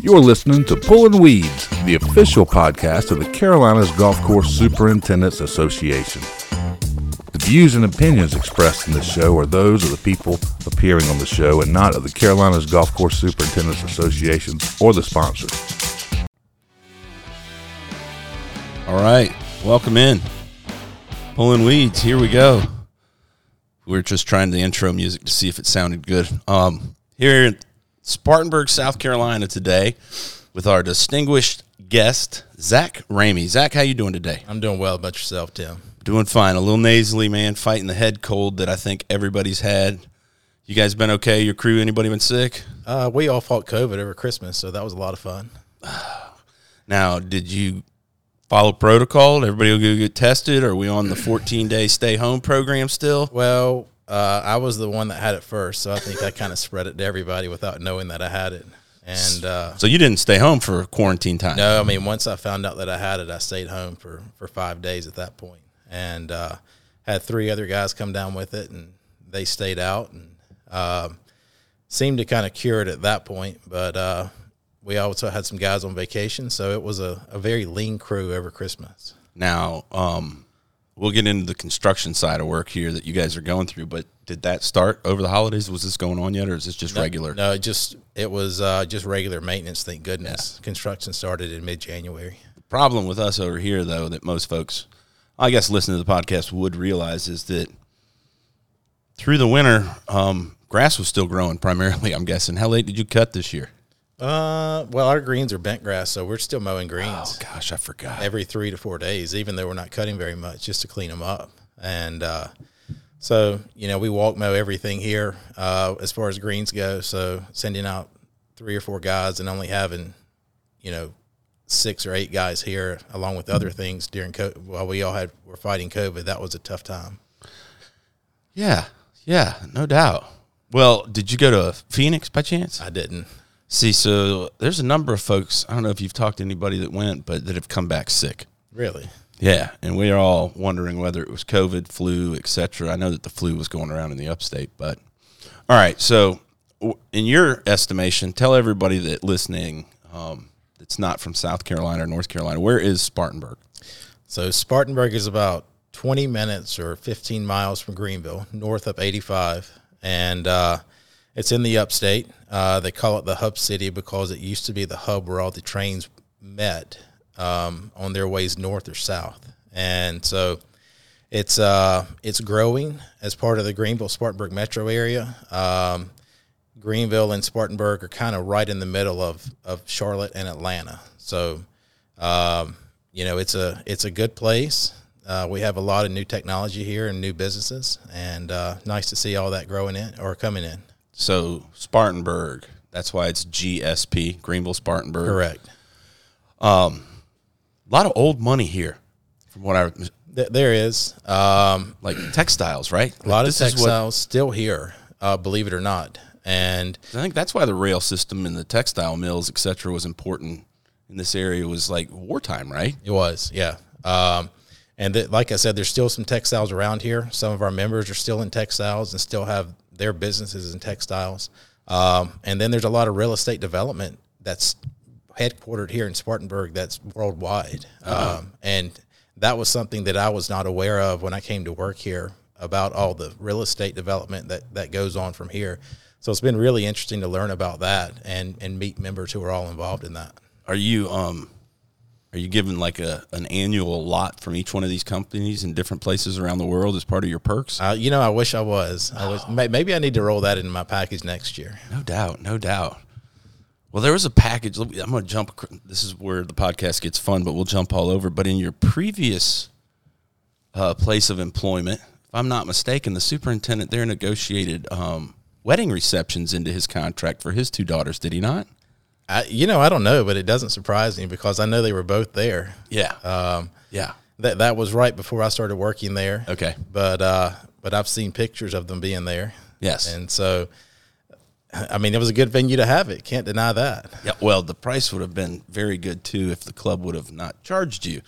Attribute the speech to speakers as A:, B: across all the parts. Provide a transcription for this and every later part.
A: You're listening to Pullin' Weeds, the official podcast of the Carolinas Golf Course Superintendents Association. The views and opinions expressed in this show are those of the people appearing on the show and not of the Carolinas Golf Course Superintendents Association or the sponsor.
B: All right. Welcome in. Pulling weeds. Here we go. We are just trying the intro music to see if it sounded good. Um, here in Spartanburg, South Carolina today with our distinguished guest, Zach Ramey. Zach, how you doing today?
C: I'm doing well about yourself, Tim.
B: Doing fine. A little nasally, man, fighting the head cold that I think everybody's had. You guys been okay? Your crew, anybody been sick?
C: Uh, we all fought COVID over Christmas, so that was a lot of fun.
B: Now, did you follow protocol? Did everybody will go get tested? Are we on the 14 day stay home program still?
C: Well, uh, I was the one that had it first, so I think I kind of spread it to everybody without knowing that I had it. And uh,
B: So you didn't stay home for quarantine time.
C: no, I mean, once I found out that I had it, I stayed home for, for five days at that point and uh, had three other guys come down with it, and they stayed out and um seemed to kind of cure it at that point. But uh, we also had some guys on vacation, so it was a, a very lean crew over Christmas.
B: Now, um, we'll get into the construction side of work here that you guys are going through, but did that start over the holidays? Was this going on yet, or is this just regular?
C: No, it just it was uh, just regular maintenance. Thank goodness. Construction started in mid January.
B: problem with us over here though that most folks i guess listening to the podcast would realize is that through the winter um, grass was still growing primarily i'm guessing how late did you cut this year
C: Uh, well, our greens are bent grass, so we're still mowing
B: oh
C: greens
B: gosh i forgot
C: every three to four days, even though we're not cutting very much, just to clean them up. And uh, so you know, we walk mow everything here uh, as far as greens go. So sending out three or four guys and only having you know six or eight guys here, along with other things during co while we all had were fighting COVID, that was a tough time.
B: yeah yeah no doubt well did you go to phoenix by chance
C: I didn't.
B: see so there's a number of folks i don't know if you've talked to anybody that went but that have come back sick
C: Really?
B: yeah and we are all wondering whether it was covid flu etc i know that the flu was going around in the upstate but All right. So, w- in your estimation, tell everybody that listening um, that's not from South Carolina or North Carolina, where is Spartanburg?
C: So Spartanburg is about 20 minutes or 15 miles from Greenville, north of 85, and uh, it's in the upstate. Uh, they call it the hub city because it used to be the hub where all the trains met um, on their ways north or south, and so it's uh, it's growing as part of the Greenville Spartanburg metro area. Um, Greenville and Spartanburg are kind of right in the middle of of Charlotte and Atlanta, so um, you know it's a it's a good place. Uh, we have a lot of new technology here and new businesses, and uh, nice to see all that growing in or coming in.
B: So, Spartanburg. That's why it's GSP, Greenville Spartanburg.
C: Correct.
B: A lot of old money here, from what I
C: Th- there is um,
B: like textiles, right?
C: a lot of
B: This is what-
C: textiles still here, uh, believe it or not, and
B: I think that's why the rail system and the textile mills, et cetera, was important in this area. Was like wartime, right?
C: It was, yeah. Um, and th- like I said, there's still some textiles around here. Some of our members are still in textiles and still have their businesses in textiles. Um, and then there's a lot of real estate development that's headquartered here in Spartanburg that's worldwide. Um, and that was something that I was not aware of when I came to work here about all the real estate development that, that goes on from here. So it's been really interesting to learn about that and, and meet members who are all involved in that.
B: Are you um are you given like a an annual lot from each one of these companies in different places around the world as part of your perks?
C: Uh, you know, I wish I was. I was. May, maybe I need to roll that into my package next year.
B: No doubt, no doubt. Well, there was a package. let me- I'm going to jump. acr- This is where the podcast gets fun, but we'll jump all over. But in your previous uh, place of employment, if I'm not mistaken, the superintendent there negotiated um, wedding receptions into his contract for his two daughters. Did he not?
C: I, you know, I don't know, but it doesn't surprise me because I know they were both there.
B: Yeah.
C: Um,
B: yeah.
C: that that was right before I started working there.
B: Okay.
C: But uh, but I've seen pictures of them being there.
B: Yes.
C: And so, I mean, it was a good venue to have it. Can't deny that.
B: Yeah, well, the price would have been very good too if the club would have not charged you.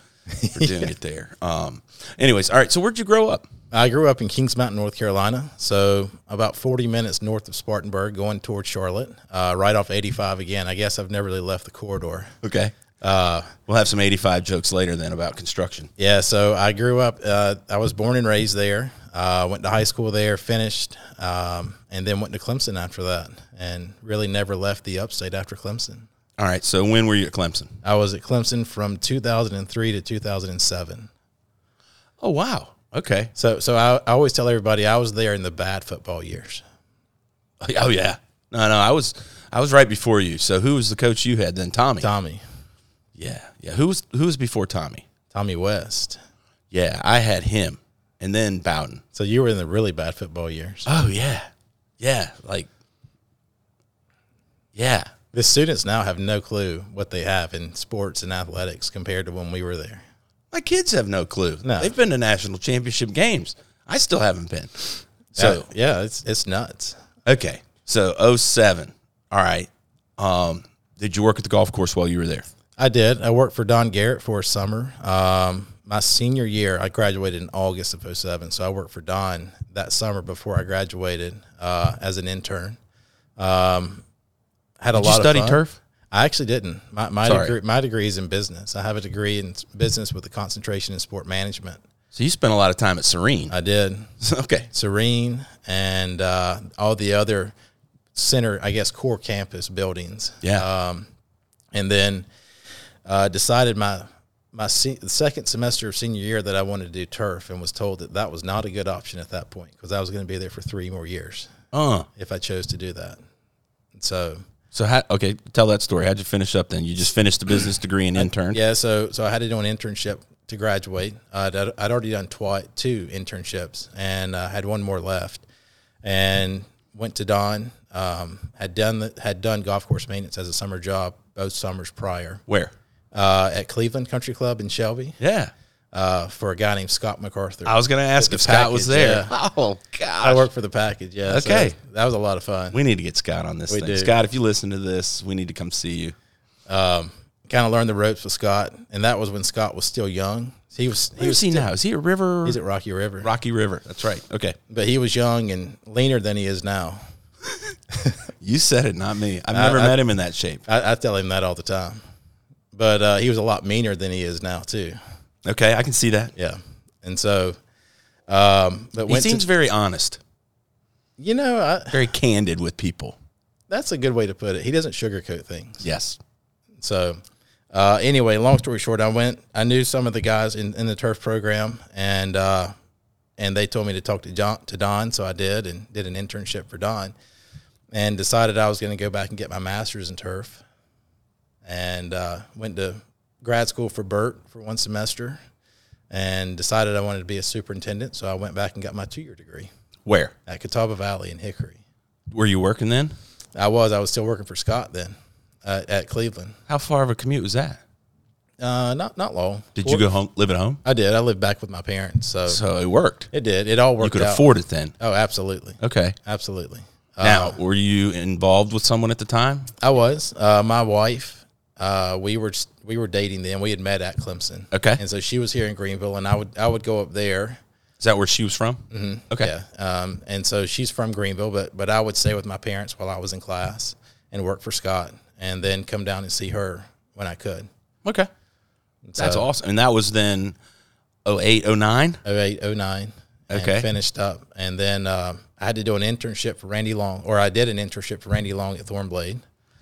B: for doing it there. Um, anyways, all right. So where'd you grow up?
C: I grew up in Kings Mountain, North Carolina, so about 40 minutes north of Spartanburg, going toward Charlotte, uh, right off 85 again. I guess I've never really left the corridor.
B: Okay. Uh, we'll have some 85 jokes later then about construction.
C: Yeah, so I grew up, uh, I was born and raised there, uh, went to high school there, finished, um, and then went to Clemson after that, and really never left the upstate after Clemson.
B: All right. So when were you at Clemson?
C: I was at Clemson from 2003 to 2007.
B: Oh, wow. Okay.
C: So, so I, I always tell everybody I was there in the bad football years.
B: Oh yeah. No, no. I was I was right before you. So who was the coach you had then? Tommy.
C: Tommy,
B: Yeah. Yeah. Who was who was before Tommy?
C: Tommy West.
B: Yeah, I had him, and then Bowden.
C: So you were in the really bad football years.
B: Oh yeah. Yeah. Like. Yeah.
C: The students now have no clue what they have in sports and athletics compared to when we were there.
B: My kids have no clue.
C: No.
B: They've been to national championship games. I still haven't been. So
C: Uh, yeah, it's it's nuts.
B: okay. So 07. All right. Um, did you work at the golf course while you were there?
C: I did. I worked for Don Garrett for a summer. Um, my senior year, I graduated in August of 07. So I worked for Don that summer before I graduated uh, as an intern. Um, had a
B: Did you
C: lot
B: study
C: of fun.
B: turf?
C: I actually didn't. My, my,
B: Sorry.
C: degree, my degree is in business. I have a degree in s- business with a concentration in sport management.
B: So you spent a lot of time at Serene.
C: I did.
B: okay.
C: Serene and uh, all the other center, I guess, core campus buildings.
B: Yeah.
C: and then uh, decided my my se- the second semester of senior year that I wanted to do turf, and was told that that was not a good option at that point because I was going to be there for three more years
B: uh.
C: if I chose to do that. And so
B: So how, okay, tell that story. How'd you finish up then? You just finished the business degree and intern.
C: yeah, so so I had to do an internship to graduate. I'd, I'd I'd already done twi- two internships, and uh, had one more left, and went to Don. Um, had done the, had done golf course maintenance as a summer job both summers prior
B: Where?
C: uh, at Cleveland Country Club in Shelby.
B: Yeah.
C: uh, for a guy named Scott MacArthur.
B: I was going to ask
C: The
B: if Scott was
C: package,
B: there. Oh,
C: I
B: God.
C: worked for the package. Yeah. so
B: Okay.
C: that was a lot of fun.
B: We need to get Scott on this
C: We
B: thing.
C: do.
B: Scott, if you listen to this, we need to come see you.
C: Kind of learned the ropes with Scott, and that was when Scott was still young. He was he
B: Who's
C: was
B: he now? Is he a river?
C: he's at Rocky River,
B: Rocky River. That's right. Okay.
C: but he was young and leaner than he is now.
B: You said it, not me. I've never
C: I-
B: met him in that shape.
C: I, I tell him that all the time, but uh, he was a lot meaner than he is now too.
B: Okay, I can see that.
C: Yeah, and so, um, but
B: He
C: went
B: seems
C: to,
B: very honest,
C: you know I,
B: very candid with people.
C: that's a good way to put it. He doesn't sugarcoat things.
B: Yes.
C: So, uh, anyway, long story short, I went. I knew some of the guys in, in the turf program, and uh, and they told me to talk to John to Don, so I did, and did an internship for Don, and decided I was going to go back and get my master's in turf, and uh, went to grad school for Burt for one semester, and decided I wanted to be a superintendent, so I went back and got my two year degree
B: Where?
C: at Catawba Valley in Hickory.
B: Were you working then?
C: I was I was still working for Scott then uh, at Cleveland.
B: How far of a commute was that?
C: Uh, not not long.
B: Did you
C: Four-
B: go home, live at home?
C: I did. I lived back with my parents, so,
B: So it worked.
C: it did. It all
B: You
C: worked
B: could
C: out.
B: afford it then.
C: Oh, absolutely,
B: Okay.
C: absolutely. Uh,
B: Now, were you involved with someone at the time?
C: I was uh, my wife. Uh, we were we were dating then. We had met at Clemson.
B: Okay.
C: and so she was here in Greenville, and I would I would go up there.
B: Is that where she was from? Mm-hmm. Okay.
C: Yeah, um, and so she's from Greenville, but but I would stay with my parents while I was in class and work for Scott, and then come down and see her when I could.
B: Okay. That's
C: So-
B: awesome. And that was then 08, 09?
C: 08, 09. and
B: Okay.
C: finished up. And then uh, I had to do an internship for Randy Long, or I did an internship for Randy Long at Thornblade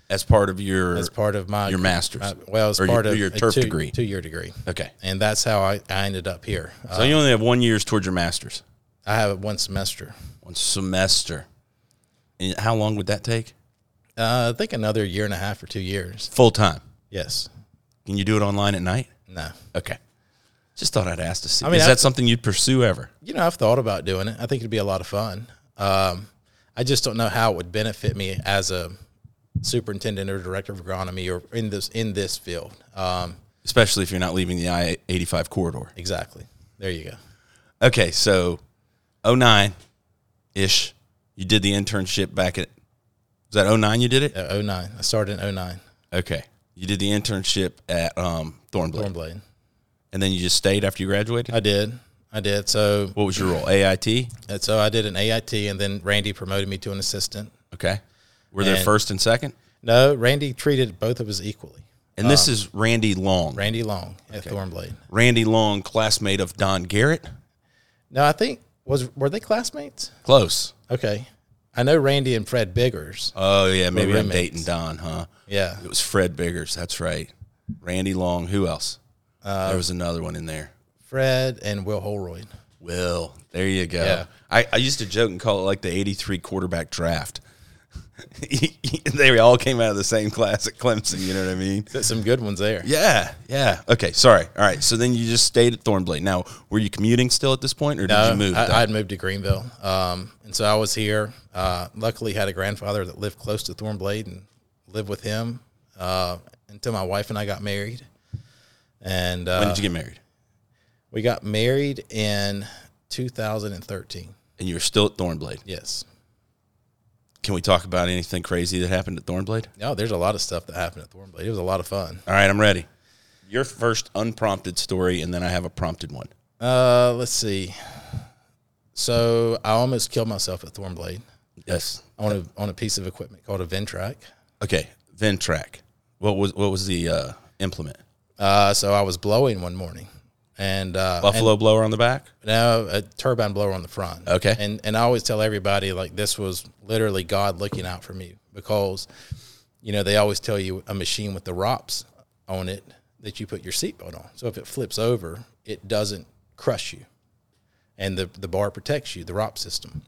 B: as part of your.
C: as part of my
B: Your master's.
C: uh, well, as
B: Or your-
C: part
B: or
C: of
B: your
C: a
B: turf
C: two,
B: degree.
C: two year degree.
B: okay.
C: And that's how I, I ended up here. Uh,
B: So you only have one year's towards your master's,
C: I have one semester.
B: one semester. And how long would that take?
C: Uh, I think another year and a half or two years.
B: Full time.
C: Yes.
B: Can you do it online at night?
C: No.
B: Okay. Just thought I'd ask to see.
C: I mean,
B: Is
C: I-
B: that something you'd pursue ever?
C: You know, I've thought about doing it. I think it'd be a lot of fun. Um, I just don't know how it would benefit me as a superintendent or director of agronomy or in this in this field. Um,
B: Especially if you're not leaving the I 85 corridor.
C: Exactly. There you go.
B: Okay. So 09 ish, you did the internship back at. Was that 09 you did it?
C: Uh, 09. I started in 09,
B: Okay. You did the internship at um, Thornblade.
C: Thornblade.
B: and then you just stayed after you graduated.
C: I did. I did. So,
B: What was your role? AIT.
C: and so I did an AIT, and then Randy promoted me to an assistant.
B: Okay. Were there
C: And-
B: first and second?
C: No, Randy treated both of us equally.
B: And
C: Um,
B: this is Randy Long.
C: Randy Long at Thornblade.
B: Randy Long, classmate of Don Garrett.
C: No, I think was were they classmates?
B: Close.
C: Okay, I know Randy and Fred Biggers.
B: Oh yeah, maybe I'm
C: roommates.
B: dating Don, huh?
C: Yeah,
B: It was Fred Biggers. That's right. Randy Long. Who else?
C: Uh,
B: there was another one in there.
C: Fred and Will Holroyd.
B: Will. There you go.
C: Yeah.
B: I, I used to joke and call it like the 83 quarterback draft. they all came out of the same class at Clemson. You know what I mean?
C: Got some good ones there.
B: Yeah. Yeah. Okay. Sorry. All right. So then you just stayed at Thornblade. Now, were you commuting still at this point or did
C: No,
B: you move?
C: I, I'd moved to Greenville, um, and so I was here. Uh, luckily, had a grandfather that lived close to Thornblade and lived with him uh, until my wife and I got married. And uh,
B: when did you get married?
C: we got married in 2013.
B: And you were still at Thornblade.
C: Yes.
B: Can we talk about anything crazy that happened at Thornblade?
C: No, there's a lot of stuff that happened at Thornblade. It was a lot of fun.
B: All right. I'm ready. Your first unprompted story, and then I have a prompted one.
C: Uh, let's see. So I almost killed myself at Thornblade
B: Yes.
C: on a on a piece of equipment called a Ventrac.
B: Okay. Ventrac. What was what was the uh, implement?
C: Uh, so I was blowing one morning, and uh,
B: Buffalo blower on the back.
C: now a turbine blower on the front.
B: Okay.
C: And and I always tell everybody like this was literally God looking out for me because, you know, they always tell you a machine with the ROPS on it that you put your seatbelt on. So if it flips over, it doesn't crush you. And the, the bar protects you, the ROP system.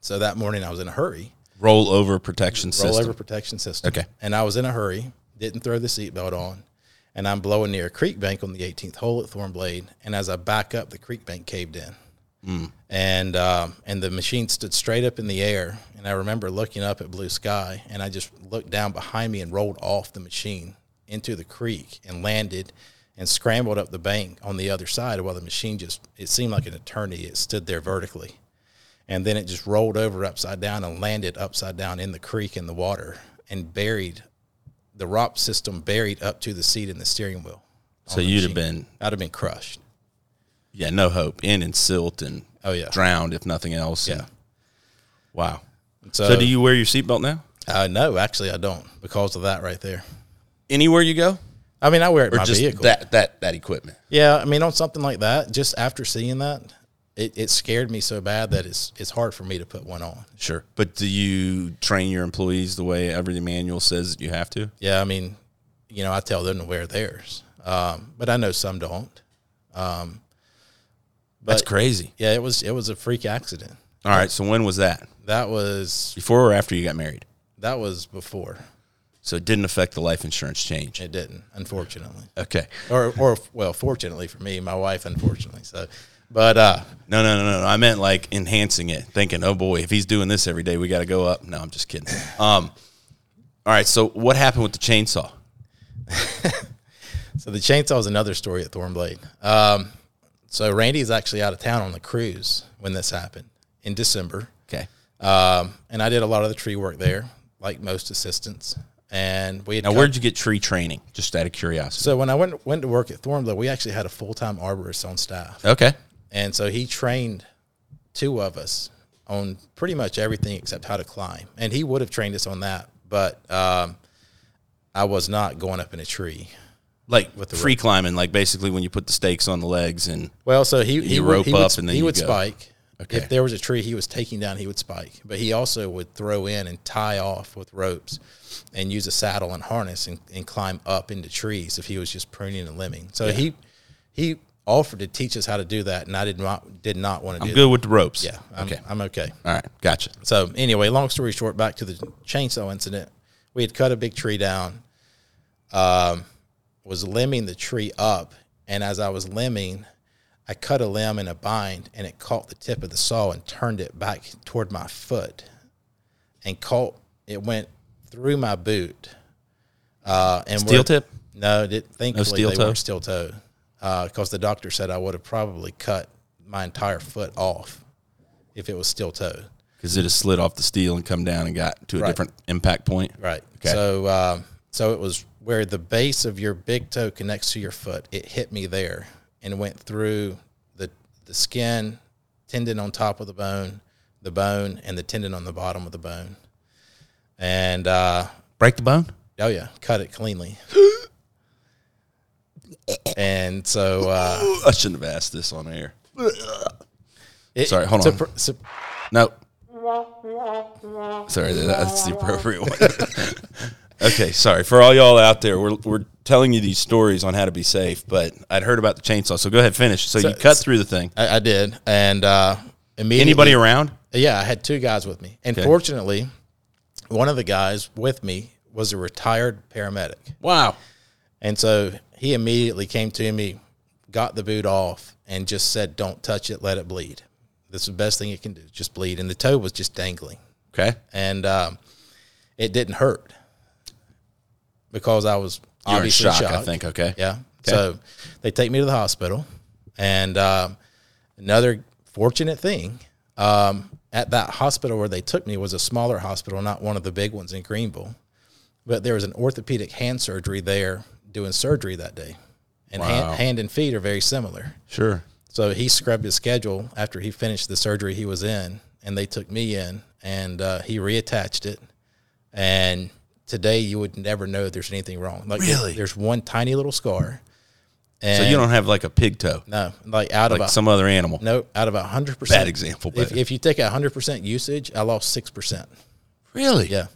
C: So that morning I was in a hurry.
B: Rollover protection system.
C: Rollover protection system.
B: Okay.
C: And I was in a hurry, didn't throw the seatbelt on, and I'm blowing near a creek bank on the 18th hole at Thornblade. And as I back up, the creek bank caved in.
B: Hmm.
C: And um, and the machine stood straight up in the air. And I remember looking up at blue sky, and I just looked down behind me and rolled off the machine into the creek and landed and scrambled up the bank on the other side while the machine just it seemed like an eternity it stood there vertically and then it just rolled over upside down and landed upside down in the creek in the water and buried the ROP system buried up to the seat in the steering wheel.
B: So you'd have been
C: I'd have been crushed.
B: yeah no hope in and silt and
C: Oh, yeah.
B: drowned if nothing else. and-
C: Yeah.
B: wow.
C: So,
B: So, do you wear your seatbelt now
C: Uh, no, actually, I don't because of that right there.
B: anywhere you go
C: I mean, I wear it in
B: or
C: my
B: just
C: vehicle.
B: that that that equipment?
C: Yeah, I mean, on something like that, just after seeing that, it, it scared me so bad that it's it's hard for me to put one on.
B: Sure. But do you train your employees the way every manual says that you have to?
C: Yeah, I mean, you know, I tell them to wear theirs, um, but I know some don't.
B: That's
C: But-
B: crazy.
C: Yeah, it was it was a freak accident.
B: All right. So when was that?
C: That was
B: Before or after you got married?
C: that was before.
B: So it didn't affect the life insurance change.
C: It didn't, unfortunately.
B: Okay.
C: Or, or well, fortunately for me, my wife, unfortunately. So, but uh,
B: No, no, no, no, no. I meant like enhancing it, thinking, oh boy, if he's doing this every day, we got to go up. No, I'm just kidding. Um, all right. So what happened with the chainsaw?
C: so the chainsaw is another story at Thornblade. Um, so Randy's actually out of town on the cruise when this happened in December.
B: Okay.
C: Um, and I did a lot of the tree work there, like most assistants. And we had
B: Now,
C: come-
B: where'd you get tree training? Just out of curiosity.
C: so when I went went to work at Thornblade, we actually had a full time arborist on staff,
B: Okay.
C: and so he trained two of us on pretty much everything except how to climb, and he would have trained us on that, but um, I was not going up in a tree.
B: Like with free climbing, like basically when you put the stakes on the legs and
C: Well, so he he
B: You
C: would,
B: rope
C: he would,
B: up and then
C: he
B: you
C: would
B: go.
C: spike.
B: Okay.
C: If there was a tree he was taking down, he would spike. But he also would throw in and tie off with ropes, and use a saddle and harness and, and climb up into trees if he was just pruning and limbing. So he he offered to teach us how to do that, and I did not did not want to do.
B: good with the ropes.
C: That. Yeah, I'm,
B: okay.
C: I'm okay.
B: All right. Gotcha.
C: So anyway, long story short, back to the chainsaw incident. We had cut a big tree down. Um, was limbing the tree up, and as I was limbing, I cut a limb in a bind, and it caught the tip of the saw and turned it back toward my foot, and caught it went through my boot. Uh, and
B: Steel
C: where-
B: tip?
C: No, it- thankfully
B: steel
C: they
B: toe?
C: were steel toe, because the doctor said I would have probably cut my entire foot off if it was steel toe.
B: Because it has slid off the steel and come down and got to a
C: Right.
B: different impact point.
C: Right.
B: Okay.
C: So um, So it was where the base of your big toe connects to your foot. It hit me there and went through the the skin, tendon on top of the bone, the bone, and the tendon on the bottom of the bone. And uh,
B: Break the bone?
C: oh yeah, cut it cleanly. and so uh,
B: Ooh, I shouldn't have asked this on air.
C: it,
B: Sorry, hold
C: to
B: on.
C: pr- so-
B: No. Sorry, that- that's the appropriate one. okay, sorry. For all y'all out there, we're, we're telling you these stories on how to be safe, but I'd heard about the chainsaw. So go ahead, finish. So, you cut through the thing.
C: I, I did, and uh, immediately
B: Anybody around?
C: Yeah, I had two guys with me. And fortunately, one of the guys with me was a retired paramedic.
B: Wow.
C: And so he immediately came to me, got the boot off, and just said, Don't touch it, let it bleed. That's the best thing it can do, just bleed. And the toe was just dangling.
B: Okay.
C: And um, it didn't hurt because I was
B: You're in
C: obviously
B: shock, I
C: shocked.
B: think. Okay.
C: Yeah. So they take me to the hospital. And um, another fortunate thing um, at that hospital where they took me was a smaller hospital, not one of the big ones in Greenville. But there was an orthopedic hand surgery there doing surgery that day. And hand, hand and feet are very similar.
B: Sure.
C: So he scrubbed his schedule after he finished the surgery he was in, and they took me in, and uh, he reattached it. And today, you would never know there's anything wrong. Like there-
B: Really?
C: there's one tiny little scar. And
B: So you don't have like a pig toe,
C: no like out of
B: like
C: a,
B: some other animal.
C: no out of a hundred percent
B: Bad example,
C: If,
B: but-
C: if you take a hundred percent usage, I lost six percent.
B: Really?
C: Yeah,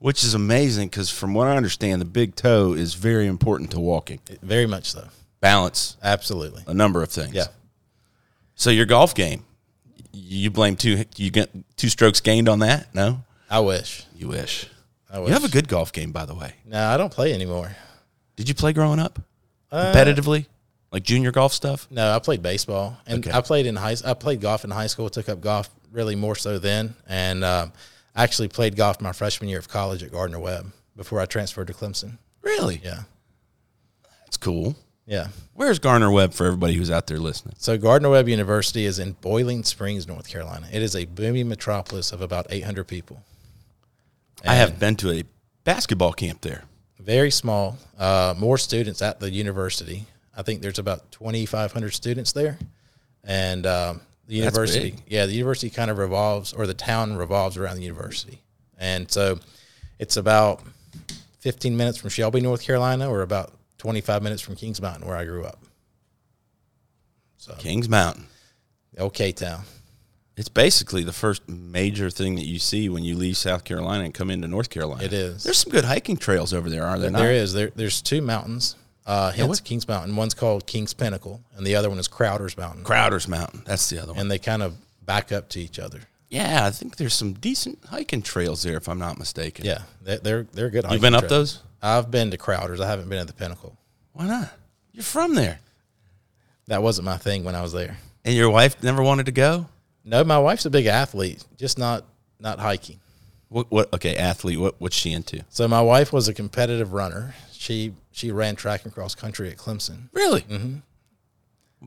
B: Which is amazing because from what I understand, the big toe is very important to walking.
C: very much so.
B: Balance,
C: Absolutely.
B: a number of things.
C: Yeah.
B: So your golf game, you blame two you get two strokes gained on that? No,
C: I wish.
B: you wish.
C: I wish.
B: You have a good golf game, by the way.
C: no, I don't play anymore.
B: Did you play growing up
C: Uh,
B: competitively, like junior golf stuff?
C: No, I played baseball, and I played in high. I played golf in high school. Took up golf really more so then, and um, I actually played golf my freshman year of college at Gardner Webb before I transferred to Clemson.
B: Really?
C: Yeah,
B: That's cool.
C: yeah.
B: Where's Garner Webb for everybody who's out there listening?
C: So Gardner Webb University is in Boiling Springs, North Carolina. It is a booming metropolis of about 800 people.
B: I have been to a basketball camp there.
C: Very small. Uh, more students at the university. I think there's about 2,500 students there, and um, the
B: That's
C: university.
B: big.
C: Yeah, the university kind of revolves, or the town revolves around the university, and so it's about 15 minutes from Shelby, North Carolina, or about 25 minutes from Kings Mountain, where I grew up.
B: Kings Mountain.
C: OK Town.
B: It's basically the first major thing that you see when you leave South Carolina and come into North Carolina.
C: It is.
B: There's some good hiking trails over there, are there not?
C: There is there. There's two mountains. Uh, hence Kings Mountain. One's called Kings Pinnacle, and the other one is Crowder's Mountain.
B: Crowder's Mountain. That's the other one.
C: and they kind of back up to each other.
B: Yeah, I think there's some decent hiking trails there, if I'm not mistaken.
C: Yeah, they- they're they're good.
B: You've been up those?
C: I've been to Crowders. I haven't been at the Pinnacle.
B: Why not? You're from there.
C: That wasn't my thing when I was there.
B: And your wife never wanted to go?
C: No, my wife's a big athlete, just not not hiking.
B: What, what okay, athlete, what, what's she into?
C: So my wife was a competitive runner. She she ran track and cross country at Clemson.
B: Really? Mm-hmm.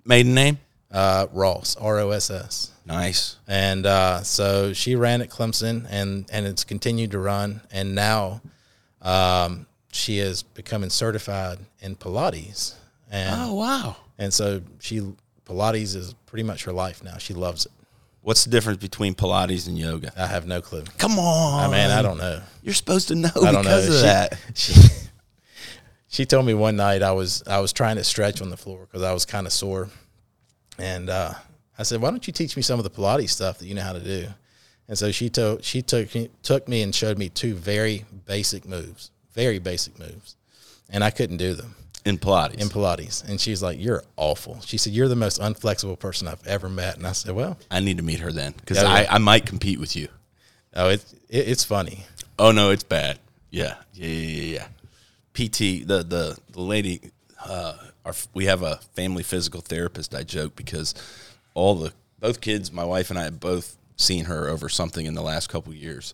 B: Maiden name?
C: Uh, Ross R O S S.
B: Nice.
C: And uh, so she ran at Clemson, and and it's continued to run. And now, um, she is becoming certified in Pilates. And
B: Oh wow.
C: And so she Pilates is pretty much her life now. She loves it.
B: What's the difference between Pilates and yoga?
C: I have no clue.
B: Come on.
C: I mean, I don't know.
B: You're supposed to know
C: I don't
B: because
C: know.
B: of
C: She-
B: that.
C: She she told me one night I was I was trying to stretch on the floor because I was kind of sore, and uh, I said, "Why don't you teach me some of the Pilates stuff that you know how to do?" And so she took she took me- took me and showed me two very basic moves, very basic moves, and I couldn't do them
B: In Pilates.
C: in Pilates. And she's like, "You're awful." She said, "You're the most unflexible person I've ever met." And I said, "Well,
B: I need to meet her then because
C: Yeah,
B: I,
C: yeah.
B: I might compete with you.
C: oh, it's it, it's funny."
B: Oh no, it's bad. Yeah, yeah, yeah, yeah. yeah. PT, the the the lady, uh, our, we have a family physical therapist. I joke because all the both kids, my wife and I have both seen her over something in the last couple years,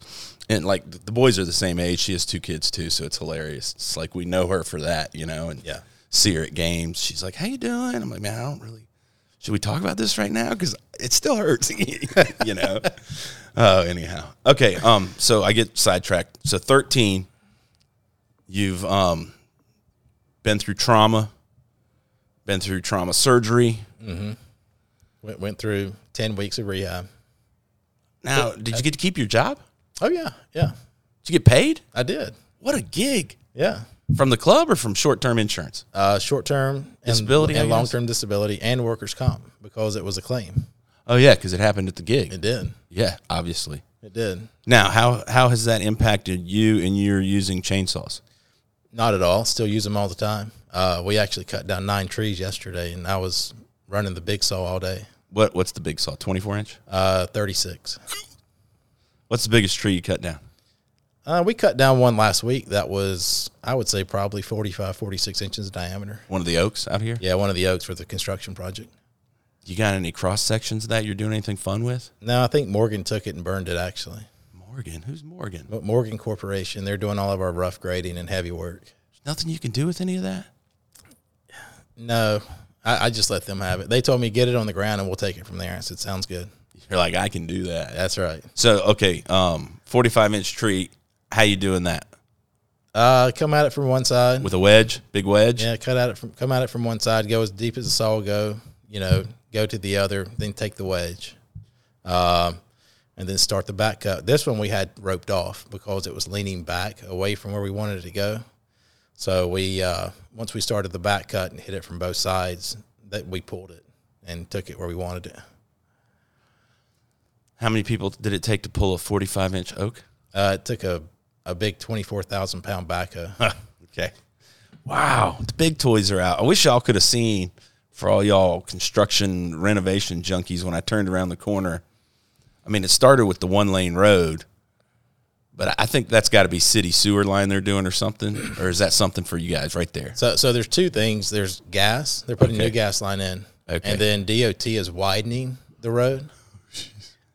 B: and like th- the boys are the same age. She has two kids too, so it's hilarious. It's like we know her for that, you know, and
C: Yeah.
B: see her at games. She's like, "How you doing?" I'm like, "Man, I don't really." Should we talk about this right now? Because it still hurts, you know. Oh, anyhow. Okay. Um. So I get sidetracked. So thirteen, You've um, been through trauma, been through trauma surgery.
C: Went, went through 10 weeks of rehab.
B: Now, did you get to keep your job?
C: Oh, yeah. Yeah.
B: Did you get paid?
C: I did.
B: What a gig!
C: Yeah.
B: From the club or from short term insurance?
C: Uh, short term
B: Disability, I
C: and
B: guess?
C: long term disability and workers' comp because it was a claim.
B: Oh yeah, because it happened at the gig.
C: It did.
B: Yeah, obviously.
C: It did.
B: Now, how how has that impacted you and your using chainsaws?
C: Not at all. Still use them all the time. Uh, we actually cut down nine trees yesterday, and I was running the big saw all day.
B: What what's the big saw? Twenty four inch.
C: Uh, Thirty six.
B: What's the biggest tree you cut down?
C: Uh, we cut down one last week that was, I would say, probably 45, 46 inches in diameter.
B: One of the oaks out here.
C: Yeah, one of the oaks for the construction project.
B: You got any cross sections of that you're doing anything fun with?
C: No, I think Morgan took it and burned it actually.
B: Morgan, who's Morgan?
C: But Morgan Corporation, they're doing all of our rough grading and heavy work.
B: Nothing you can do with any of that.
C: No, I, I just let them have it. They told me get it on the ground and we'll take it from there. I said, sounds good.
B: You're like, I can do that.
C: That's right.
B: So okay, um, forty five inch tree. How you doing that
C: Uh, come at it from one side.
B: with a wedge, big wedge?
C: Yeah, cut at it from come at it from one side. Go as deep as the saw will go. You know, go to the other, then take the wedge, um, and then start the back cut. This one we had roped off because it was leaning back away from where we wanted it to go. So we uh, once we started the back cut and hit it from both sides, that we pulled it and took it where we wanted it.
B: How many people did it take to pull a forty five inch oak?
C: Uh, it took a a big twenty four thousand pound backhoe.
B: Okay. Wow, the big toys are out. I wish y'all could have seen for all y'all construction renovation junkies when I turned around the corner. I mean, it started with the one lane road, but I- I think that's got to be city sewer line they're doing or something, or is that something for you guys right there?
C: So, so there's two things. There's gas. They're putting a new
B: Okay.
C: gas line in,
B: Okay.
C: and then DOT is widening the road.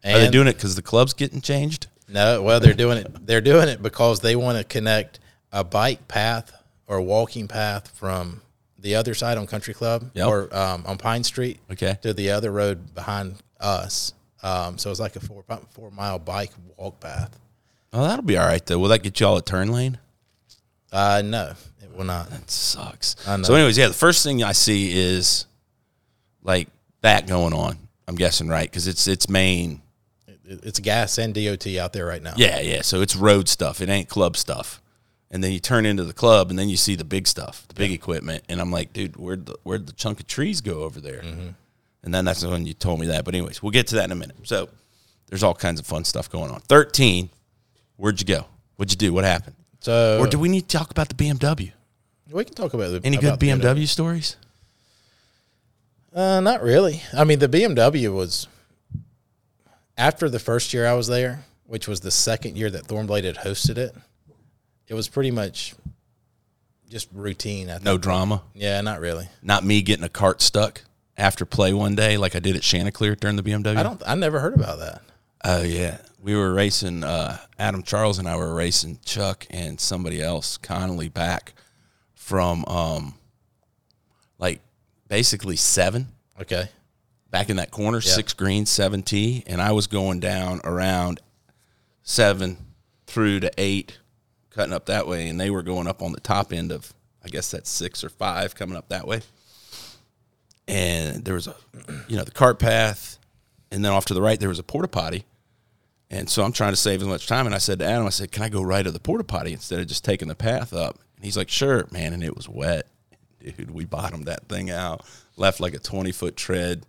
C: And
B: Are they doing it because the club's getting changed?
C: no? Well, they're doing it. They're doing it because they want to connect a bike path or walking path from the other side on Country Club
B: Yep.
C: or um, on Pine Street
B: Okay.
C: to the other road behind us. Um, so it's like a four four mile bike walk path.
B: Oh, that'll be all right though. Will that get y'all a turn lane?
C: Uh, no, it will not.
B: sucks.
C: I know.
B: So, anyways, yeah, the first thing I see is like that going on. I'm guessing right because it's it's main.
C: It- It's gas and DOT out there right now.
B: Yeah, yeah. So it's road stuff. It ain't club stuff. And then you turn into the club, and then you see the big stuff, the big equipment. And I'm like, dude, where'd the, where'd the chunk of trees go over there? And then that's when you told me that. But anyways, we'll get to that in a minute. So there's all kinds of fun stuff going on. Thirteen. Where'd you go? What'd you do? What happened?
C: So
B: Or do we need to talk about the BMW?
C: we can talk about the,
B: Any
C: about the
B: good BMW stories?
C: Uh, not really. I mean, the BMW was after the first year I was there, which was the second year that Thornblade had hosted it. It was pretty much just routine. I think.
B: No drama.
C: Yeah, not really.
B: Not me getting a cart stuck after play one day, like I did at Chanticleer during the BMW.
C: I don't. I never heard about that.
B: Oh yeah, we were racing. Uh, Adam Charles and I were racing Chuck and somebody else, Connolly, back from um, like basically seven
C: Okay.
B: back in that corner, six green, seven T, and I was going down around seven through to eight, cutting up that way, and they were going up on the top end of I guess that's six or five coming up that way. And there was a you know, the cart path, and then off to the right there was a porta potty. And so I'm trying to save as much time. And I said to Adam, I said, Can I go right of the porta potty instead of just taking the path up? And he's like, Sure, man. And it was wet. Dude, we bottomed that thing out, left like a 20 foot tread.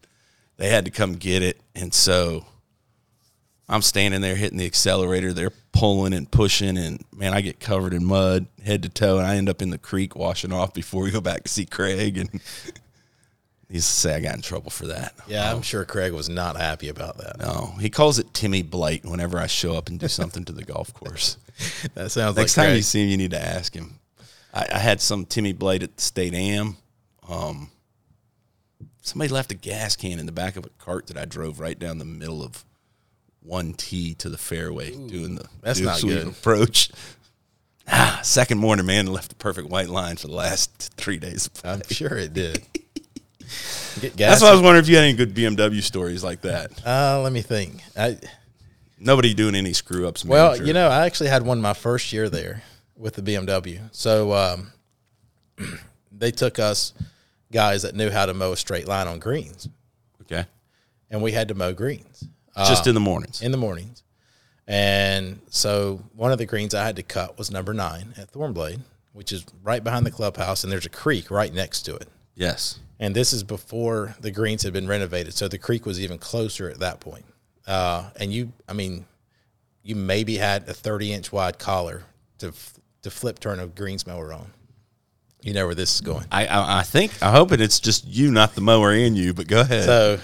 B: They had to come get it. And so I'm standing there hitting the accelerator. They're pulling and pushing. And man, I get covered in mud head to toe. And I end up in the creek washing off before we go back to see Craig. And he's say, I got in trouble for that.
C: Yeah, I'm sure Craig was not happy about that.
B: No, he calls it Timmy Blight whenever I show up and do something to the golf course.
C: That sounds
B: Next
C: like
B: time
C: Craig.
B: you see him, you need to ask him. I, I had some Timmy Blight at the State Am. Um, somebody left a gas can in the back of a cart that I drove right down the middle of one tee to the fairway doing the
C: that's
B: doing
C: not
B: sweep
C: good.
B: approach. Ah, second morning, man, left the perfect white line for the last three days. of
C: I'm
B: play.
C: sure it did.
B: That's
C: Get gas.
B: why I was wondering if you had any good BMW stories like that.
C: uh, let me think. I,
B: Nobody doing any screw ups.
C: Well, you know, I actually had one my first year there. with the BMW. So um, they took us guys that knew how to mow a straight line on greens,
B: Okay.
C: and we had to mow greens
B: Just in the mornings.
C: uh, in the mornings. And so one of the greens I had to cut was number nine at Thornblade, which is right behind the clubhouse, and there's a creek right next to it.
B: Yes.
C: And this is before the greens had been renovated, so the creek was even closer at that point. Uh, and you, I mean, you maybe had a 30 inch wide collar to f- to flip turn a greens mower on. You know where this is going.
B: I, I I think I hope it, it's just you, not the mower and you. But go ahead.
C: So,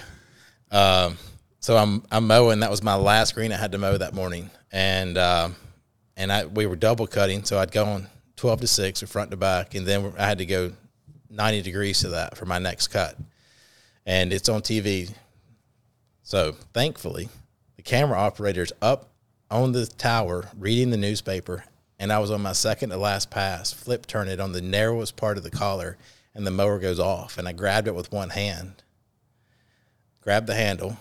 C: um, so I'm I'm mowing. That was my last green I had to mow that morning, and um, and I we were double cutting. So I'd go on twelve to six or front to back, and then I had to go ninety degrees to that for my next cut, and it's on TV. So thankfully, the camera operator's up on the tower reading the newspaper, and I was on my second to last pass, flip turn it on the narrowest part of the collar, and the mower goes off, and I grabbed it with one hand grab the handle,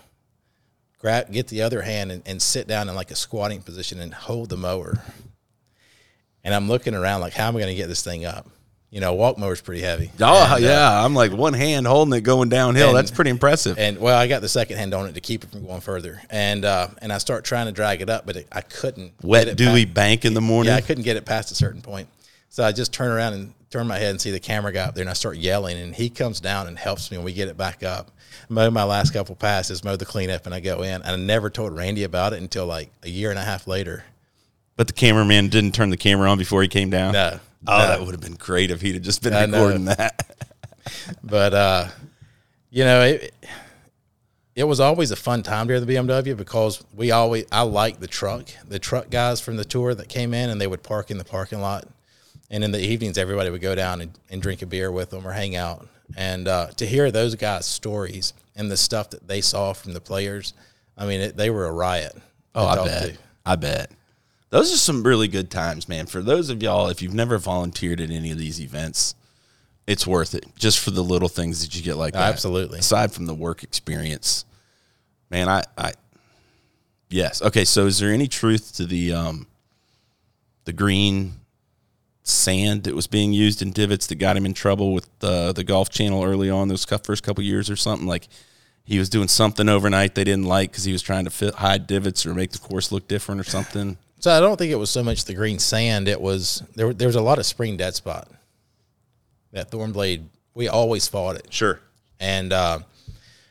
C: grab get the other hand and, and sit down in like a squatting position and hold the mower. And I'm looking around like, how am I going to get this thing up? You know, a walk mower's pretty heavy.
B: oh yeah, I'm like one hand holding it going downhill.
C: uh, and-
B: That's pretty impressive.
C: And well, I got the second hand on it to keep it from going further. And uh, and I start trying to drag it up, but it, I couldn't. get
B: Wet
C: it
B: dewy
C: past-
B: bank in the morning.
C: yeah, I couldn't get it past a certain point. So I just turn around and turn my head and see the camera guy up there, and I start yelling, and he comes down and helps me, and we get it back up. Mow my last couple passes, mow the cleanup, and I go in. And I never told Randy about it until like a year and a half later.
B: but the cameraman didn't turn the camera on before he came down.
C: No,
B: Oh, that would have been great if he'd have just been
C: I know.
B: recording that.
C: but uh, you know, it it was always a fun time there at the BMW because we always I liked the truck, the truck guys from the tour that came in and they would park in the parking lot, and in the evenings everybody would go down and, and drink a beer with them or hang out, and uh, to hear those guys' stories and the stuff that they saw from the players, I mean, it, they were a riot. to
B: Oh, I
C: talk
B: bet.
C: to.
B: I bet. Those are some really good times, man. For those of y'all, if you've never volunteered at any of these events, it's worth it just for the little things that you get
C: Oh,
B: like that.
C: absolutely.
B: Aside from the work experience, man, I, I, yes. Okay. So is there any truth to the, um, the green sand that was being used in divots that got him in trouble with uh, the golf channel early on those cou- first couple years or something like he was doing something overnight they didn't like because he was trying to fit, hide divots or make the course look different or something
C: So I don't think it was so much the green sand. It was there. were- There was a lot of spring dead spot. That Thornblade, we always fought it.
B: sure
C: and uh,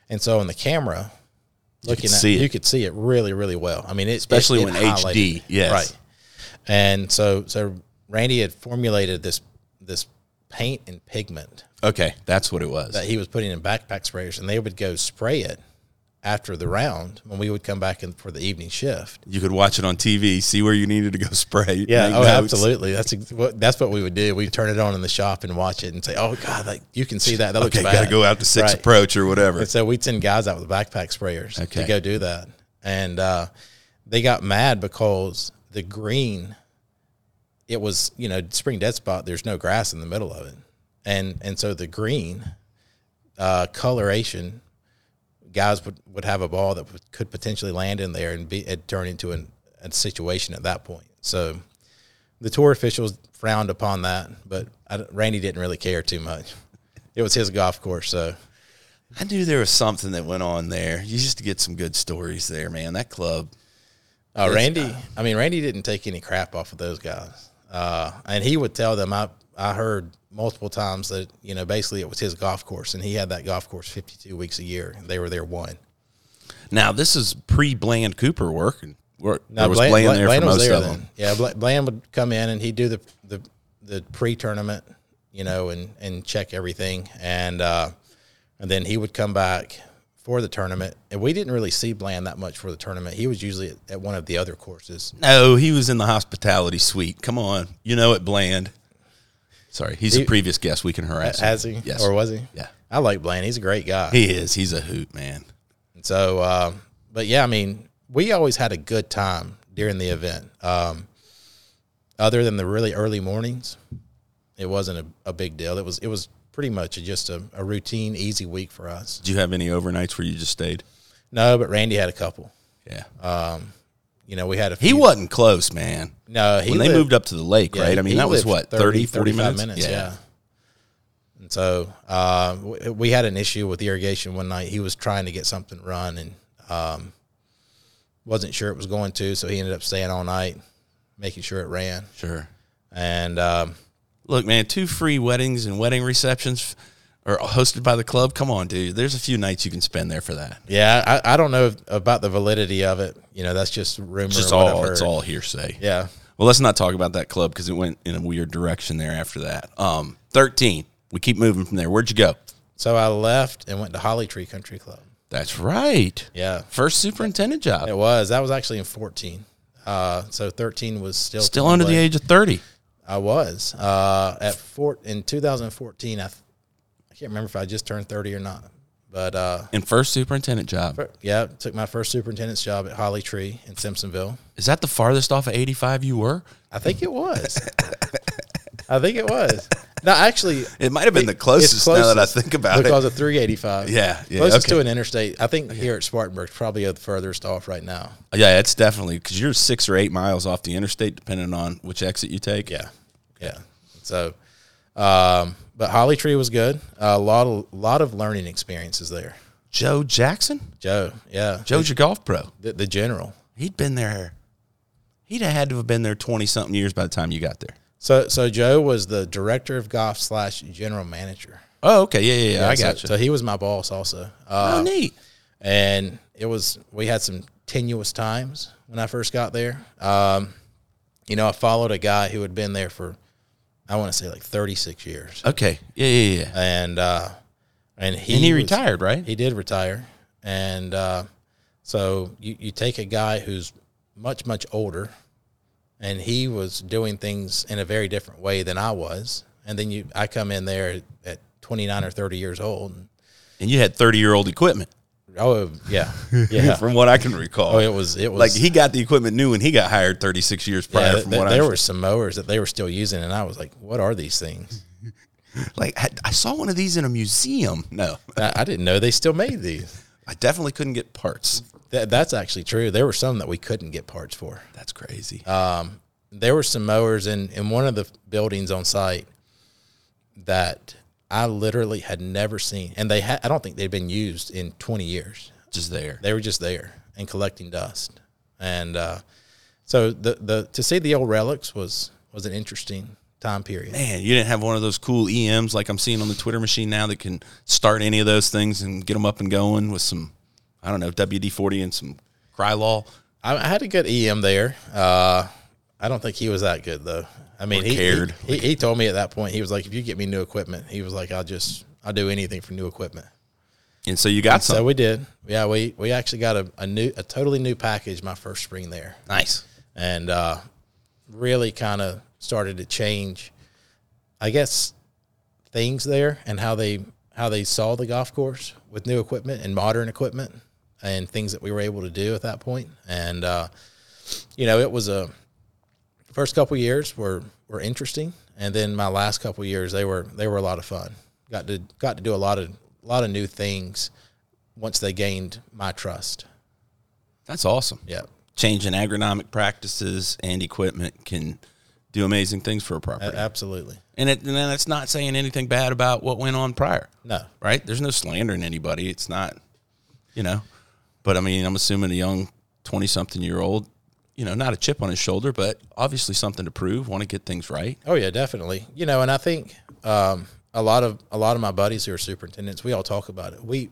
C: and so on the camera, looking
B: could
C: at
B: see it.
C: you could see it really really well. I mean, it,
B: Especially
C: it-
B: when
C: it highlighted.
B: HD, yes.
C: right. And so so Randy had formulated this this paint and pigment
B: okay that's what it was
C: that he was putting in backpack sprayers, and they would go spray it after the round when we would come back in for the evening shift.
B: you could watch it on tv see where you needed to go spray
C: Yeah,
B: make
C: oh,
B: notes.
C: absolutely. That's ex- what that's what we would do. We'd turn it on in the shop and watch it and say, "Oh God, like you can see that. That looks
B: okay
C: bad."
B: gotta go out to six
C: Right.
B: approach or whatever
C: And so we'd send guys out with backpack sprayers
B: Okay.
C: to go do that. And uh, they got mad because the green, it was, you know, spring dead spot, there's no grass in the middle of it. And and so the green uh, coloration, guys would, would have a ball that would, could potentially land in there and be it turn into an, a situation at that point. So the tour officials frowned upon that, but I, don't- Randy didn't really care too much. It was his golf course, so
B: i knew there was something that went on there you used to get some good stories there man that club
C: Uh, Randy, I mean, Randy didn't take any crap off of those guys, uh, and he would tell them. I I heard multiple times that you know basically it was his golf course, and he had that golf course fifty two weeks a year, and they were there one.
B: Now this is pre Bland Cooper working. Work.
C: No,
B: there was Bland, there for most of them.
C: Yeah, Bla- Bland would come in and he'd do the the, the pre tournament, you know, and and check everything, and uh, and then he would come back for the tournament, and we didn't really see Bland that much for the tournament. He was usually at, at one of the other courses.
B: No, he was in the hospitality suite. Come on, you know it, Bland. Sorry, he's a
C: He-
B: previous guest. We can harass. him.
C: Has he?
B: Yes.
C: Or was he?
B: Yeah,
C: I like Blaine. He's a great guy.
B: he is. He's a hoot, man.
C: And so, um, but yeah, I mean, we always had a good time during the event. Um, other than the really early mornings, it wasn't a, a big deal. It was it was pretty much just a, a routine, easy week for us.
B: Do you have any overnights where you just stayed?
C: Uh, No, but Randy had a couple.
B: Yeah.
C: you know, we had a
B: He
C: few-
B: wasn't close, man.
C: No, he
B: when they
C: lived-
B: moved up to the lake,
C: yeah,
B: right? I mean,
C: he
B: that was
C: lived
B: what 30, 40
C: 35
B: minutes.
C: yeah. And so uh, we, we had an issue with irrigation one night. He was trying to get something run and um, wasn't sure it was going to, so he ended up staying all night, making sure it ran.
B: sure.
C: And um,
B: Look, man, two free weddings and wedding receptions f- are hosted by the club. Come on, dude. There's a few nights you can spend there for that.
C: yeah, I, I don't know about the validity of it. You know, that's just rumor.
B: It's just
C: or what I've
B: all it's
C: heard.
B: all hearsay.
C: Yeah.
B: Well, let's not talk about that club because it went in a weird direction there after that. Um, thirteen. We keep moving from there. Where'd you go?
C: So I left and went to Holly Tree Country Club.
B: That's right.
C: Yeah.
B: First superintendent job.
C: It was. That was actually in 14. Uh, so 13 was still
B: Still under the age of thirty.
C: I was uh, at four in 2014. I, th- I can't remember if I just turned 30 or not, but uh,
B: And first superintendent job.
C: yeah, took my first superintendent's job at Holly Tree in Simpsonville.
B: Is that the farthest off of eighty five you were?
C: I think it was. I think it was. No, actually,
B: It might have been the
C: it's
B: closest, now that I think about
C: because
B: it.
C: of 385.
B: Yeah, yeah,
C: closest
B: okay.
C: to an interstate. I think here at Spartanburg, probably the furthest off right now.
B: Yeah, it's definitely because you're six or eight miles off the interstate, depending on which exit you take.
C: Yeah, yeah. So, um, but Holly Tree was good. a lot of lot of learning experiences there.
B: Joe Jackson,
C: Joe, yeah,
B: Joe's your golf pro.
C: the, the general.
B: He'd been there. He'd had to have been there twenty something years by the time you got there.
C: So so Joe was the director of golf slash general manager.
B: Oh, okay. Yeah, yeah, yeah. I
C: so,
B: got you.
C: So he was my boss also, uh,
B: oh, neat.
C: and it was we had some tenuous times when I first got there. Um, you know, I followed a guy who had been there for I want to say like thirty six years,
B: Okay. Yeah, yeah, yeah.
C: and uh, and he
B: and he
C: was-
B: retired, right?
C: He did retire, and uh, so you you take a guy who's much much older, and he was doing things in a very different way than I was, and then you I come in there at 29 or 30 years old. And,
B: and you had thirty year old equipment,
C: oh yeah, yeah.
B: from what I can recall.
C: oh, it was it was
B: like he got the equipment new when he got hired thirty six years
C: yeah,
B: prior.
C: th-
B: from
C: th-
B: what I
C: there
B: understand.
C: were some mowers that they were still using, and I was like, "What are these things?"
B: like I, I saw one of these in a museum. No,
C: I, I didn't know they still made these.
B: I definitely couldn't get parts.
C: That, that's actually true. There were some that we couldn't get parts for.
B: That's crazy.
C: there were some mowers in, in one of the buildings on site that I literally had never seen. And they had, I don't think they'd been used in 20 years.
B: Just there.
C: They were just there and collecting dust. And, uh, so the, the, to see the old relics was, was an interesting time period.
B: Man, you didn't have one of those cool EMs like I'm seeing on the Twitter machine now that can start any of those things and get them up and going with some, I don't know, WD 40 and some Krylol.
C: I, I had a good EM there. Uh, I don't think he was that good though. I mean, he, he,
B: cared.
C: he, he told me at that point, he was like, if you get me new equipment, he was like, I'll just, I'll do anything for new equipment.
B: And so you got some.
C: So we did. Yeah, we we actually got a, a new a totally new package my first spring there.
B: nice.
C: And uh really kind of started to change I guess things there and how they how they saw the golf course with new equipment and modern equipment and things that we were able to do at that point. And uh you know, it was a first couple years were were interesting and then my last couple years they were they were a lot of fun. Got to got to do a lot of a lot of new things once they gained my trust.
B: That's awesome.
C: Yeah.
B: Changing agronomic practices and equipment can do amazing things for a
C: A-
B: property.
C: Absolutely.
B: and, it, and that's not saying anything bad about what went on prior.
C: No.
B: right? There's no slandering anybody. It's not, you know. But I mean, I'm assuming a young 20 something year old, you know, not a chip on his shoulder, but obviously something to prove, want to get things right.
C: Oh yeah, definitely. You know, and I think um, a lot of a lot of my buddies who are superintendents, we all talk about it. We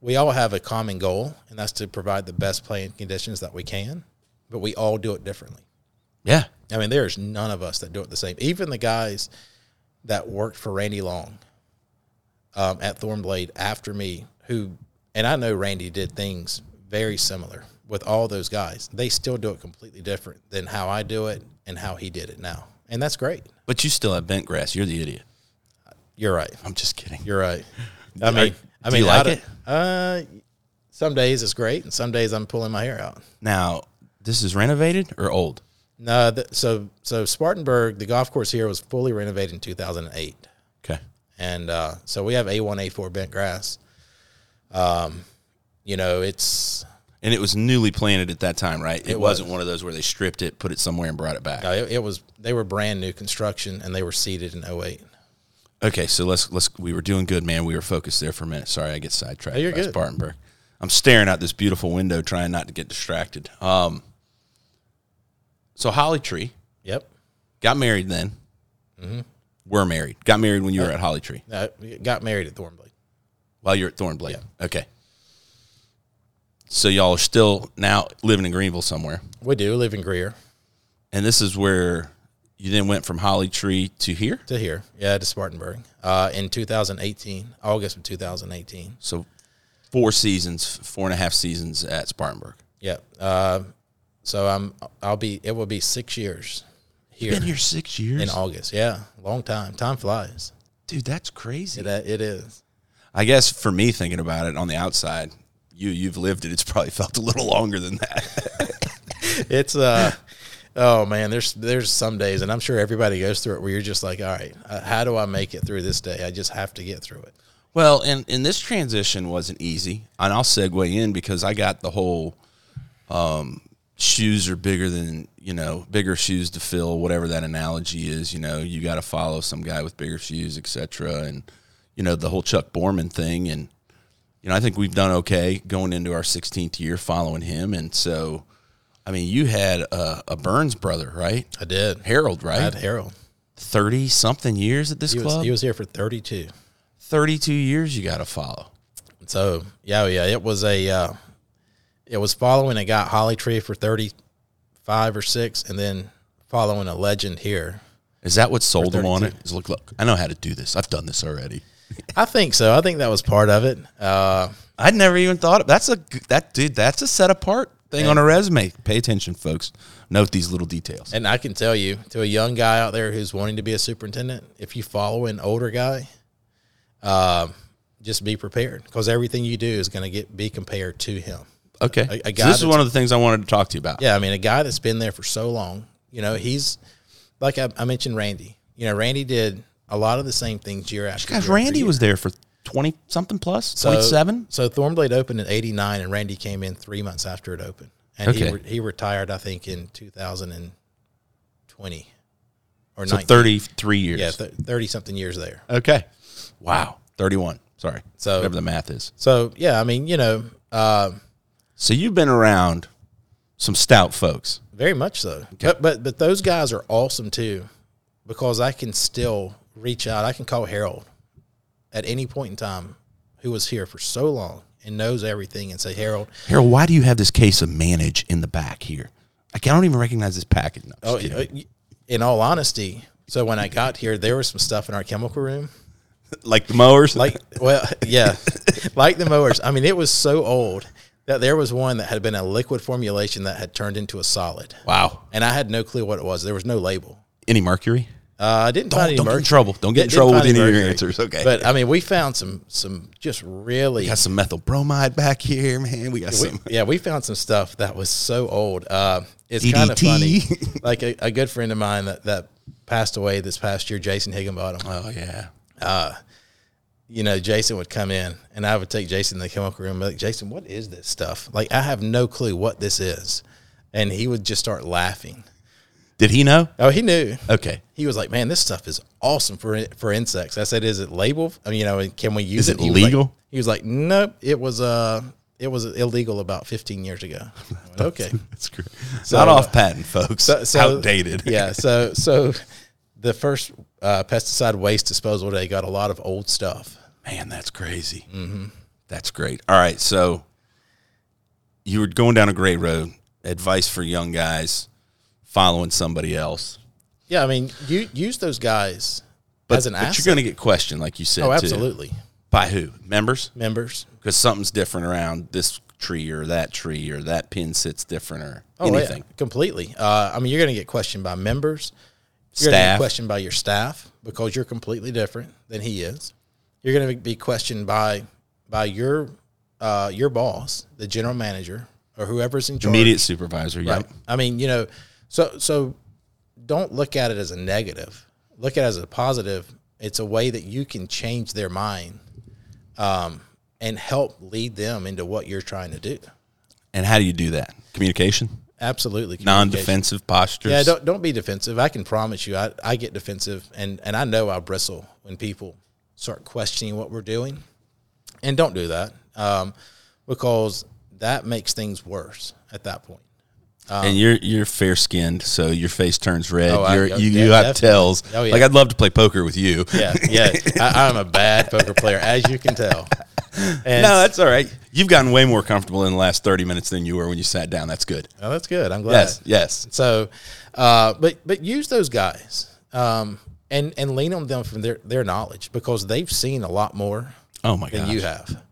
C: we all have a common goal, and that's to provide the best playing conditions that we can, but we all do it differently.
B: Yeah.
C: I mean, there's none of us that do it the same. Even the guys that worked for Randy Long um, at Thornblade after me, who, and I know Randy did things very similar with all those guys. They still do it completely different than how I do it and how he did it now. And that's great.
B: But you still have bent grass. You're the idiot.
C: You're right.
B: I'm just kidding.
C: You're right. I mean, I
B: do
C: mean,
B: you like
C: out of-
B: it?
C: Uh, some days it's great, and some days I'm pulling my hair out.
B: Now, this is renovated or old?
C: No, th- so so Spartanburg, the golf course here was fully renovated in 2008.
B: Okay.
C: and uh, so we have A1, A4 bent grass. Um, you know, it's
B: And it was newly planted at that time, right? It,
C: It was.
B: wasn't one of those where they stripped it, put it somewhere, and brought it back.
C: No, uh, it, it was they were brand new construction and they were seeded in 08.
B: Okay, so let's let's we were doing good, man. We were focused there for a minute. Sorry, I get sidetracked.
C: No, you're
B: by
C: good.
B: Spartanburg. I'm staring out this beautiful window, trying not to get distracted. Um, so Holly Tree
C: Yep.
B: got married then.
C: Mm-hmm.
B: We're married. Got married when you were at Holly Tree
C: No, it Uh, got married at Thornblade.
B: while you're at Thornblade. Okay. So y'all are still now living in Greenville somewhere,
C: We do live in Greer
B: and this is where you then went from Holly Tree to here.
C: to here. Yeah, to Spartanburg. Uh, in 2018, August of 2018.
B: So four seasons, four and a half seasons at Spartanburg.
C: Yep. Uh, so I'm I'll be it will be 6 years here
B: Been here six years,
C: in August. Yeah, long time. Time flies.
B: dude. That's crazy.
C: It, uh, it is.
B: I guess for me thinking about it on the outside, you you've lived it. It's probably felt a little longer than that.
C: It's uh oh man, there's there's some days and I'm sure everybody goes through it where you're just like, all right, uh, how do I make it through this day? I just have to get through it.
B: well, and and this transition wasn't easy. And I'll segue in because I got the whole um, shoes are bigger than you know bigger shoes to fill, whatever that analogy is. You know, you got to follow some guy with bigger shoes, etc. And you know the whole Chuck Borman thing. And you know, I think we've done okay going into our 16th year following him. And so, I mean, you had a, a Burns brother, right?
C: I did.
B: Harold,
C: I
B: right?
C: had Harold.
B: 30 something years at this
C: He was,
B: club.
C: he was here for 32.
B: 32 years you got to follow.
C: So yeah, oh, yeah, it was a uh, it was following a guy at Holly Tree for thirty five or six, and then following a legend here.
B: Is that what sold them on it? Is look, look, I know how to do this. I've done this already.
C: I think so. I think that was part of it. Uh,
B: I'd never even thought of that's a g- that dude. That's a set apart thing on a resume. Pay attention, folks. Note these little details.
C: and I can tell you, to a young guy out there who's wanting to be a superintendent, if you follow an older guy, uh, just be prepared because everything you do is going to get be compared to him.
B: Okay,
C: I- I
B: So
C: got
B: this is
C: it.
B: one of the things I wanted to talk to you about.
C: Yeah, I mean, a guy that's been there for so long, you know, he's like I, I mentioned, Randy. You know, Randy did a lot of the same things year after.
B: guys,
C: year after
B: Randy
C: year.
B: was there for twenty something plus,
C: So-
B: twenty seven.
C: So Thornblade opened in '89, and Randy came in three months after it opened, and
B: Okay.
C: he re- he retired, I think, in 2020 or
B: So
C: 19.
B: thirty three years.
C: Yeah, thirty something years there.
B: okay. Wow. Thirty one. Sorry.
C: So-
B: whatever the math is.
C: So yeah, I mean, you know, uh,
B: So you've been around some stout folks.
C: Very much so. But, but but those guys are awesome too, because I can still reach out. I can call Harold at any point in time, who was here for so long and knows everything, and say, Harold,
B: Harold, why do you have this case of manage in the back here? I don't even recognize this package. No,
C: oh,
B: just kidding.
C: uh, in all honesty. So when I got here, there was some stuff in our chemical room,
B: like the mowers.
C: like well, yeah, like the mowers. I mean, it was so old that there was one that had been a liquid formulation that had turned into a solid,
B: wow.
C: and I had no clue what it was. There was no label.
B: Any mercury?
C: Uh, I didn't find any
B: don't get in
C: mercury.
B: trouble. Don't get in
C: Didn't
B: trouble with
C: find
B: any of your
C: mercury.
B: answers. Okay.
C: But I mean, we found some some just really
B: got some methyl bromide back here, man. We got
C: we-
B: some.
C: yeah, we found some stuff that was so old. Uh, it's kind of funny.
B: DDT.
C: Like a, a good friend of mine that that passed away this past year, Jason Higginbottom.
B: Oh yeah.
C: You know, Jason would come in, and I would take Jason to the chemical room. and be Like, Jason, what is this stuff? Like, I have no clue what this is, and he would just start laughing.
B: Did he know?
C: Oh, he knew.
B: Okay.
C: He was like, "Man, this stuff is awesome for for insects." I said, "Is it labeled? I mean, you know, and can we
B: Is
C: use
B: it
C: He was like-
B: legal?
C: he was like, "Nope, it was uh it was illegal about 15 years ago." I went, okay,
B: That's great. Not off patent, folks.
C: uh, so, so-
B: Outdated.
C: yeah, so so the first uh, pesticide waste disposal day got a lot of old stuff.
B: Man, that's crazy. Mm-hmm. That's great. All right, so you were going down a great road. Advice for young guys following somebody else,
C: Yeah, I mean, you use those guys
B: but,
C: as an
B: but
C: asset.
B: you're going to get questioned, like you said.
C: oh,
B: too.
C: absolutely,
B: By who? Members?
C: members.
B: Because something's different around this tree or that tree or that pin sits different or
C: Oh,
B: anything.
C: yeah, completely. Uh, I mean, you're going to get questioned by members. You're going to
B: Staff.
C: get questioned by your staff because you're completely different than he is. You're going to be questioned by by your uh, your boss, the general manager, or whoever's in charge.
B: Immediate supervisor.
C: Right.
B: Yep.
C: I mean, you know, so so don't look at it as a negative. Look at it as a positive. It's a way that you can change their mind um, and help lead them into what you're trying to do.
B: And how do you do that? Communication,
C: Absolutely. communication.
B: non-defensive postures.
C: Yeah, don't don't be defensive. I can promise you, I, I get defensive, and and I know I bristle when people start questioning what we're doing, and don't do that um, because that makes things worse at that point.
B: and you're you're fair skinned, so your face turns red.
C: um, Oh, I-
B: you're, you
C: yeah,
B: you have
C: definitely.
B: tells.
C: Oh, yeah.
B: Like I'd love to play poker with you.
C: Yeah, yeah. I, I'm a bad poker player, as you can tell. And
B: no, that's all right. You've gotten way more comfortable in the last thirty minutes than you were when you sat down. That's good.
C: oh, that's good. I'm glad.
B: Yes, yes.
C: So, uh, but but use those guys um, and and lean on them from their their knowledge because they've seen a lot more
B: Oh my
C: than
B: god.
C: you have.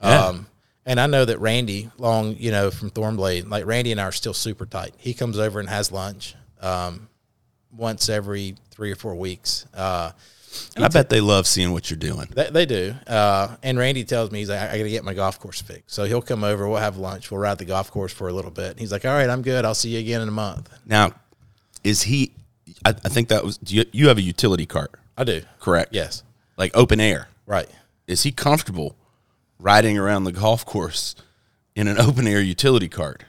B: Yeah.
C: Um, and I know that Randy Long, you know, from Thornblade, like Randy and I are still super tight. He comes over and has lunch um, once every three or four weeks. Uh,
B: and I bet they love seeing what you're doing.
C: they, they do. Uh, and Randy tells me, he's like, I, I got to get my golf course fixed. So he'll come over, we'll have lunch, we'll ride the golf course for a little bit. He's like, All right, I'm good. I'll see you again in a month.
B: Now, is he? I, I think that was. do You, you have a utility cart,
C: I do.
B: correct?
C: Yes.
B: Like open air.
C: Right.
B: Is he comfortable riding around the golf course in an open air utility cart?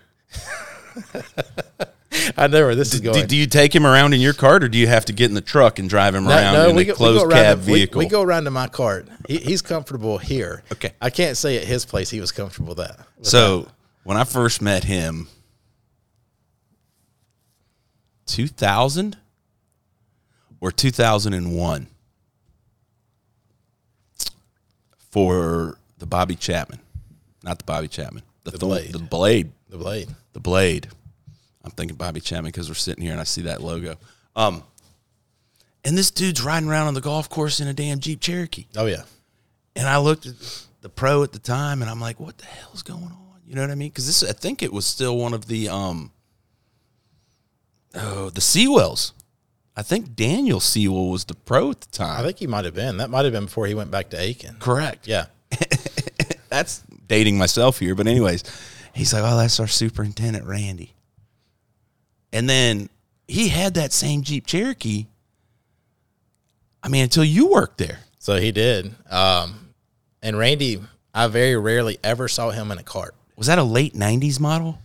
C: I know where this is going.
B: Do, do you take him around in your cart, or do you have to get in the truck and drive him around in a closed
C: around
B: cab
C: to- we-
B: vehicle?
C: We, go around to my cart. He, he's comfortable here.
B: Okay.
C: I can't say at his place he was comfortable that.
B: So when I first met him, 2000 or 2001 for the Bobby Chapman, not the Bobby Chapman, the, Thorn-
C: Blade.
B: the blade,
C: The blade.
B: the blade. I'm thinking Bobby Chapman because we're sitting here and I see that logo. Um, and this dude's riding around on the golf course in a damn Jeep Cherokee.
C: Oh yeah.
B: And I looked at the pro at the time, and I'm like, "What the hell's going on?" You know what I mean? Because this, I think it was still one of the um, oh, the Seawells. I think Daniel Sewell was the pro at the time.
C: I think he might have been. That might have been before he went back to Aiken.
B: correct.
C: Yeah.
B: that's dating myself here, but anyways, he's like, "Oh, that's our superintendent, Randy." And then he had that same Jeep Cherokee. I mean, until you worked there,
C: So he did. Um, and Randy, I very rarely ever saw him in a cart.
B: was that a late '90s model?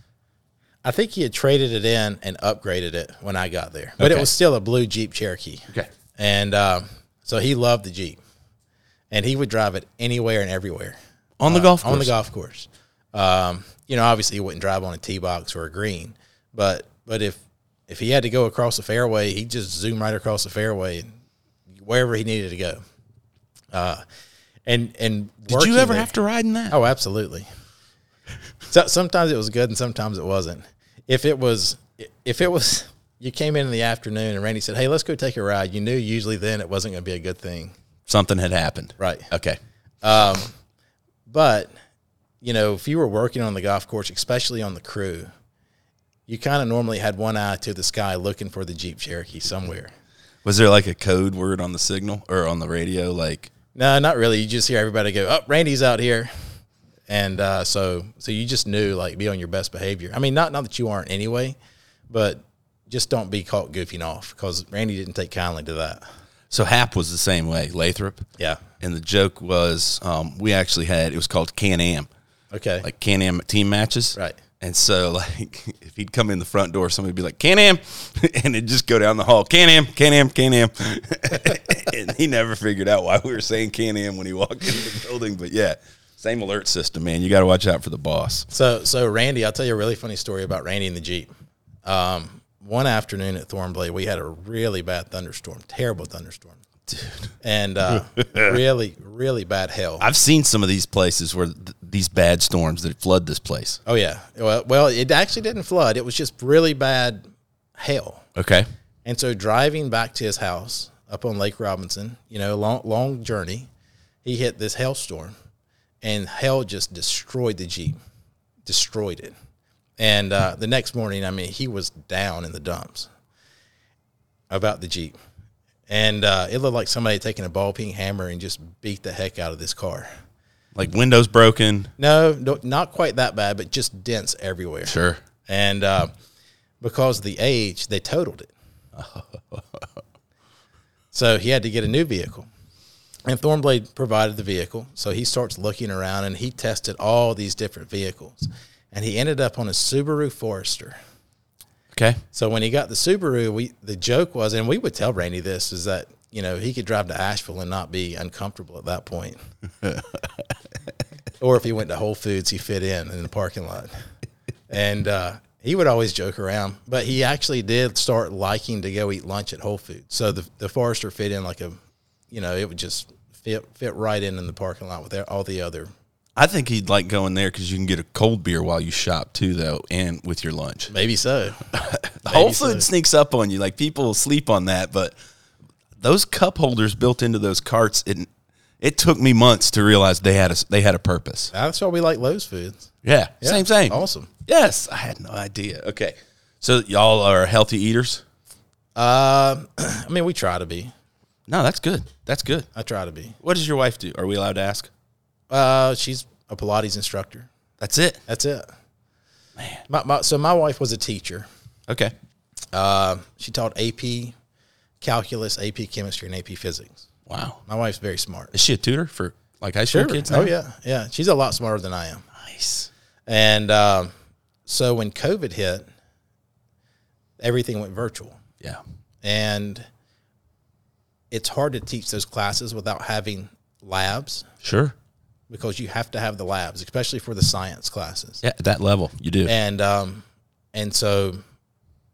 C: I think he had traded it in and upgraded it when I got there, but it
B: Okay.
C: was still a blue Jeep Cherokee.
B: Okay.
C: And um, so he loved the Jeep, and he would drive it anywhere and everywhere.
B: On the golf course.
C: Uh, on the golf course. Um, you know, obviously he wouldn't drive on a tee box or a green, but but if if he had to go across the fairway, he'd just zoom right across the fairway and wherever he needed to go. Uh, and and
B: Did you ever have to ride in that?
C: Oh, absolutely. So, sometimes it was good and sometimes it wasn't. If it was, if it was, you came in in the afternoon and Randy said, "Hey, let's go take a ride." You knew usually then it wasn't going to be a good thing,
B: something had happened.
C: right? Um,
B: Okay.
C: But you know, if you were working on the golf course, especially on the crew, you kind of normally had one eye to the sky looking for the Jeep Cherokee somewhere.
B: Was there like a code word on the signal or on the radio? Like,
C: No, not really. You just hear everybody go, "Oh, Randy's out here," and uh, so so you just knew like be on your best behavior. I mean, not not that you aren't anyway, but just don't be caught goofing off because Randy didn't take kindly to that.
B: so Hap was the same way, Lathrop.
C: Yeah.
B: And the joke was um, we actually had, it was called Can Am,
C: Okay.
B: like Can Am team matches.
C: Right.
B: And so, like, if he'd come in the front door, somebody would be like, Can Am. And it'd just go down the hall, Can Am, Can Am, Can Am. and he never figured out why we were saying Can Am when he walked into the building. But yeah, same alert system, man. You got to watch out for the boss.
C: So, so Randy, I'll tell you a really funny story about Randy and the Jeep. Um, one afternoon at Thornblade, we had a really bad thunderstorm, terrible thunderstorm, dude, and uh, really, really bad hail.
B: I've seen some of these places where th- these bad storms that flood this place.
C: Oh yeah, well, well, it actually didn't flood; it was just really bad hail.
B: Okay.
C: And so, driving back to his house up on Lake Robinson, you know, long, long journey, he hit this hailstorm, and hail just destroyed the Jeep, destroyed it. And uh, the next morning, I mean, he was down in the dumps about the Jeep. And uh, it looked like somebody had taken a ball peen hammer and just beat the heck out of this car.
B: Like windows broken.
C: No, no not quite that bad, but just dents everywhere.
B: Sure.
C: And uh, because of the age, they totaled it. so he had to get a new vehicle. And Thornblade provided the vehicle. So he starts looking around and he tested all these different vehicles. and he ended up on a Subaru Forester.
B: Okay.
C: So when he got the Subaru, we the joke was, and we would tell Randy this is that you know he could drive to Asheville and not be uncomfortable at that point, or if he went to Whole Foods, he fit in in the parking lot, and uh, he would always joke around. But he actually did start liking to go eat lunch at Whole Foods. So the the Forester fit in like a, you know, it would just fit fit right in in the parking lot with e, all the other
B: I think he'd like going there because you can get a cold beer while you shop too, though, and with your lunch.
C: maybe so.
B: The Whole
C: Maybe so.
B: Foods sneaks up on you. Like people sleep on that, but those cup holders built into those carts, it it took me months to realize they had a they had a purpose.
C: That's why we like Lowe's Foods.
B: Yeah,
C: Yeah, Oh.
B: same thing.
C: Awesome.
B: Yes, I had no idea. Okay, so y'all are healthy eaters.
C: Uh, I mean, we try to be.
B: No, that's good. That's good.
C: I try to be.
B: What does your wife do? Are we allowed to ask?
C: Uh, she's a Pilates instructor.
B: That's it.
C: That's it. Man. My, my, so my wife was a teacher.
B: Okay.
C: Uh, she taught AP calculus, AP chemistry, and AP physics.
B: Wow.
C: My wife's very smart.
B: Is she a tutor for like high school kids?
C: Oh
B: now?
C: yeah, yeah. She's a lot smarter than I am.
B: Nice.
C: And um, so when COVID hit, everything went virtual,
B: Yeah.
C: and it's hard to teach those classes without having labs
B: Sure.
C: because you have to have the labs, especially for the science classes.
B: Yeah, at that level, you do.
C: and um, and so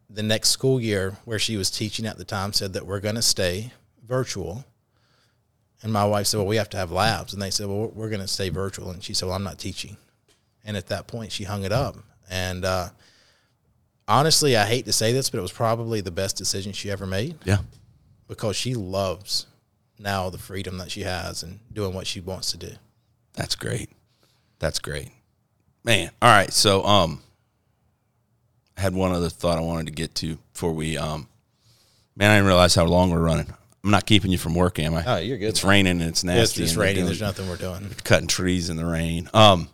C: the next school year where she was teaching at the time said that we're going to stay virtual and my wife said well we have to have labs and they said well we're going to stay virtual and she said well i'm not teaching and at that point she hung it up and uh, honestly i hate to say this but it was probably the best decision she ever made
B: yeah.
C: because she loves now the freedom that she has and doing what she wants to do
B: That's great. That's great. Man. All right. So um I had one other thought I wanted to get to before we um man, I didn't realize how long we're running. I'm not keeping you from work, am I?
C: Oh, you're good,
B: It's
C: man.
B: raining and it's nasty.
C: it's just
B: and we're
C: raining
B: doing-
C: there's nothing we're doing
B: cutting trees in the rain. Um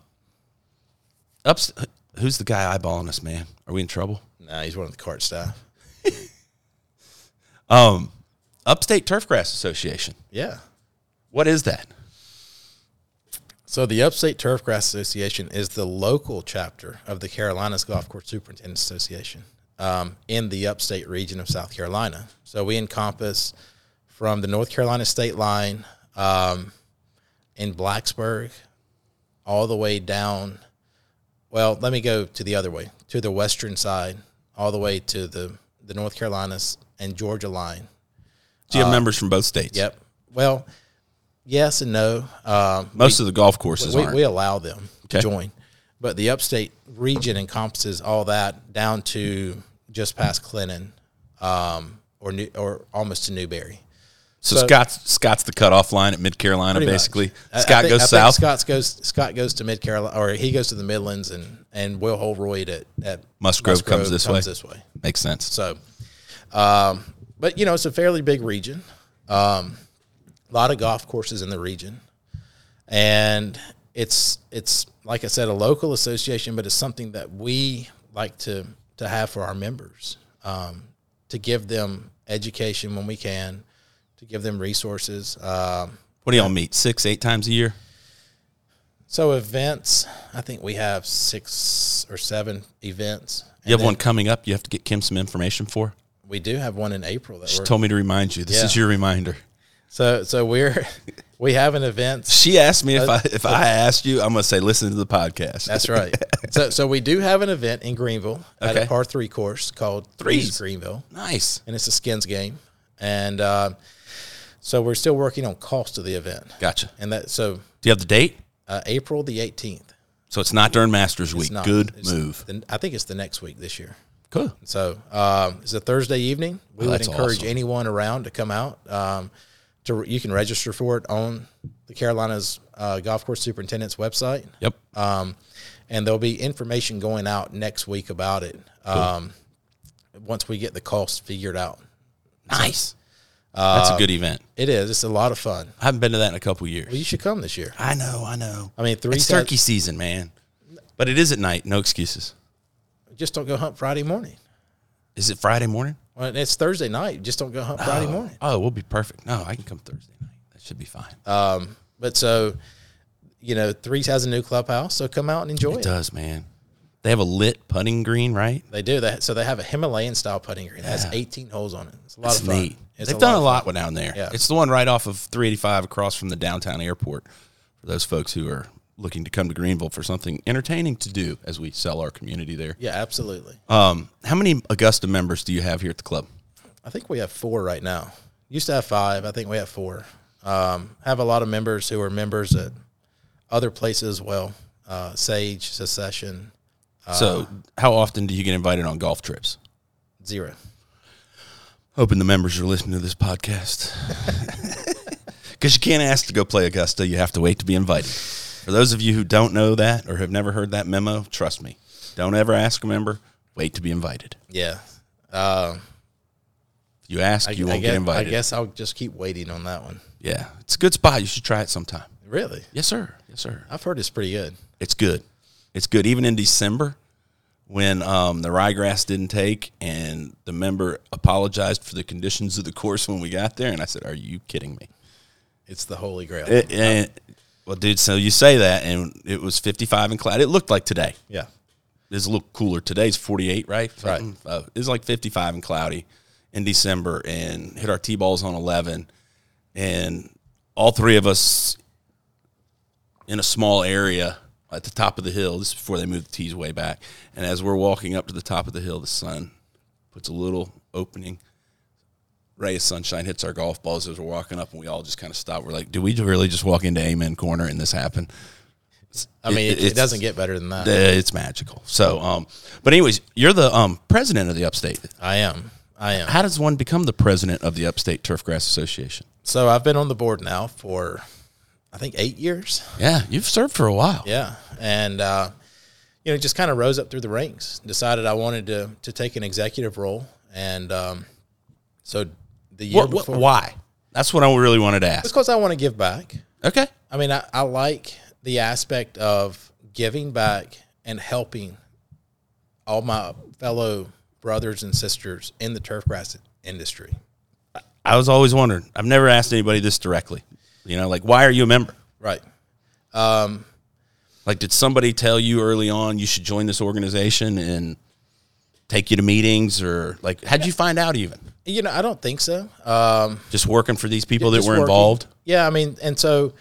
B: ups who's the guy eyeballing us, man? Are we in trouble?
C: nah, he's one of the cart staff
B: Um Upstate Turfgrass Association.
C: yeah
B: What is that?
C: So the Upstate Turfgrass Association is the local chapter of the Carolinas Golf Course Superintendents Association um, in the Upstate region of South Carolina. So we encompass from the North Carolina state line um, in Blacksburg all the way down. Well, let me go to the other way to the western side, all the way to the the North Carolinas and Georgia line
B: Do
C: Uh,
B: you have members from both states?
C: Yep. Well, yes and no. Um,
B: Most of the golf courses
C: we,
B: aren't.
C: we allow them
B: Okay.
C: to join, but the upstate region encompasses all that down to just past Clinton, um, or new, or almost to Newberry.
B: So, Scott's Scott's the cutoff line at Mid Carolina,
C: Pretty much.
B: basically.
C: I- I
B: Scott
C: think-
B: goes
C: I think
B: south.
C: Scott's goes Scott goes to Mid Carolina, or he goes to the Midlands, and and Will Holroyd at at
B: Musgrove comes this way.
C: This way.
B: Makes sense.
C: So, um, but you know, it's a fairly big region. Um, a lot of golf courses in the region, and it's it's like I said, a local association, but it's something that we like to to have for our members um, to give them education when we can, to give them resources. Um,
B: What do y'all meet? Six, eight times a year?
C: so events, I think we have six or seven events.
B: You have one coming up you have to get Kim some information for?
C: We do have one in April that
B: She
C: we're
B: told me to remind you. This is
C: Yeah.
B: your reminder.
C: so so we're we have an event
B: She asked me if I if I asked you, I'm gonna say listen to the podcast.
C: That's right. so, so we do have an event in Greenville at
B: Okay.
C: a par three course called Threes,
B: Threes.
C: Greenville,
B: nice.
C: and it's a skins game. And uh, so we're still working on cost of the event,
B: Gotcha.
C: and that so
B: Do you have the date?
C: uh, April the eighteenth.
B: So it's not during Masters week. Good
C: It's
B: move.
C: the- I think it's the next week this year.
B: Cool.
C: So um, it's a Thursday evening. We would
B: Oh, that's
C: encourage
B: awesome.
C: anyone around to come out. Um, to you can register for it on the Carolinas uh, Golf Course Superintendent's website.
B: Yep.
C: um, and there'll be information going out next week about it um, once we get the cost figured out.
B: nice. That's a good event.
C: It is. It's a lot of fun.
B: uh, I haven't been to that in a couple years.
C: Well, you should come this year.
B: I know, I know.
C: I mean, three
B: It's
C: times-
B: turkey season, man. But it is at night. No excuses.
C: Just don't go hunt Friday morning.
B: Is it Friday morning?
C: Well, it's Thursday night. Just don't go hunt Friday morning.
B: Oh, we'll be perfect. No, I can come Thursday night. That should be fine.
C: Um, but so, you know, Threes has a new clubhouse, so come out and enjoy
B: it
C: it.
B: does, man. They have a lit putting green, right?
C: They do that. So they have a Himalayan style putting green. It has 18 holes on it. It's a lot
B: That's
C: of fun.
B: neat.
C: It's
B: They've done a
C: of
B: lot down there.
C: Yeah.
B: It's the one right off of 385 across from the downtown airport for those folks who are looking to come to Greenville for something entertaining to do as we sell our community there.
C: fun. Yeah, absolutely.
B: Um, how many Augusta members do you have here at the club?
C: I think we have four right now. Used to have five. I think we have four. Um, have a lot of members who are members at other places as well. Uh, Sage, Secession, Uh,
B: so, how often do you get invited on golf trips?
C: Zero.
B: Hoping the members are listening to this podcast. Because you can't ask to go play Augusta, you have to wait to be invited. For those of you who don't know that or have never heard that memo, trust me, don't ever ask a member, wait to be invited.
C: Yeah. Uh,
B: If you ask,
C: I,
B: you
C: I
B: won't
C: guess,
B: get invited.
C: I guess I'll just keep waiting on that one.
B: Yeah, it's a good spot. You should try it sometime.
C: Really?
B: Yes, sir. Yes, sir.
C: I've heard it's pretty good.
B: It's good. It's good. Even in December, when um, the ryegrass didn't take, and the member apologized for the conditions of the course when we got there, and I said, "Are you kidding me?"
C: It's the Holy Grail.
B: It- and- well, dude, so you say that, and it was 55 and cloud. It looked like today.
C: yeah.
B: It's a little cooler. Today's 48, right?
C: Right.
B: Something. Uh, it was like 55 and cloudy in December and hit our tee balls on 11. And all three of us in a small area at the top of the hill. This is before they moved the tees way back. And as we're walking up to the top of the hill, the sun puts a little opening ray of sunshine hits our golf balls as we're walking up, and we all just kind of stop. We're like, "Do we really just walk into Amen Corner and this happen?"
C: I
B: It-
C: mean, it, it
B: it's-
C: doesn't get better than that.
B: Uh, it's magical. So, um, but anyways, you're the um, president of the Upstate.
C: I am. I am.
B: How does one become the president of the Upstate Turfgrass Association?
C: So I've been on the board now for, I think, eight years.
B: Yeah, you've served for a while.
C: Yeah, and uh, you know, just kind of rose up through the ranks. Decided I wanted to to take an executive role, and um, so the year
B: What, what,
C: before,
B: why? That's what I really wanted to
C: it's
B: ask.
C: because I want to give back.
B: Okay.
C: I mean, I, I like the aspect of giving back and helping all my fellow brothers and sisters in the turfgrass industry.
B: I was always wondering. I've never asked anybody this directly. You know, like, why are you a member?
C: Right.
B: Like, did somebody tell you early on you should join this organization and take you to meetings, or like, how'd you find out even?
C: You know, I don't think so. Um,
B: Just working for these people that
C: just
B: were
C: working.
B: involved.
C: Yeah, I mean, and so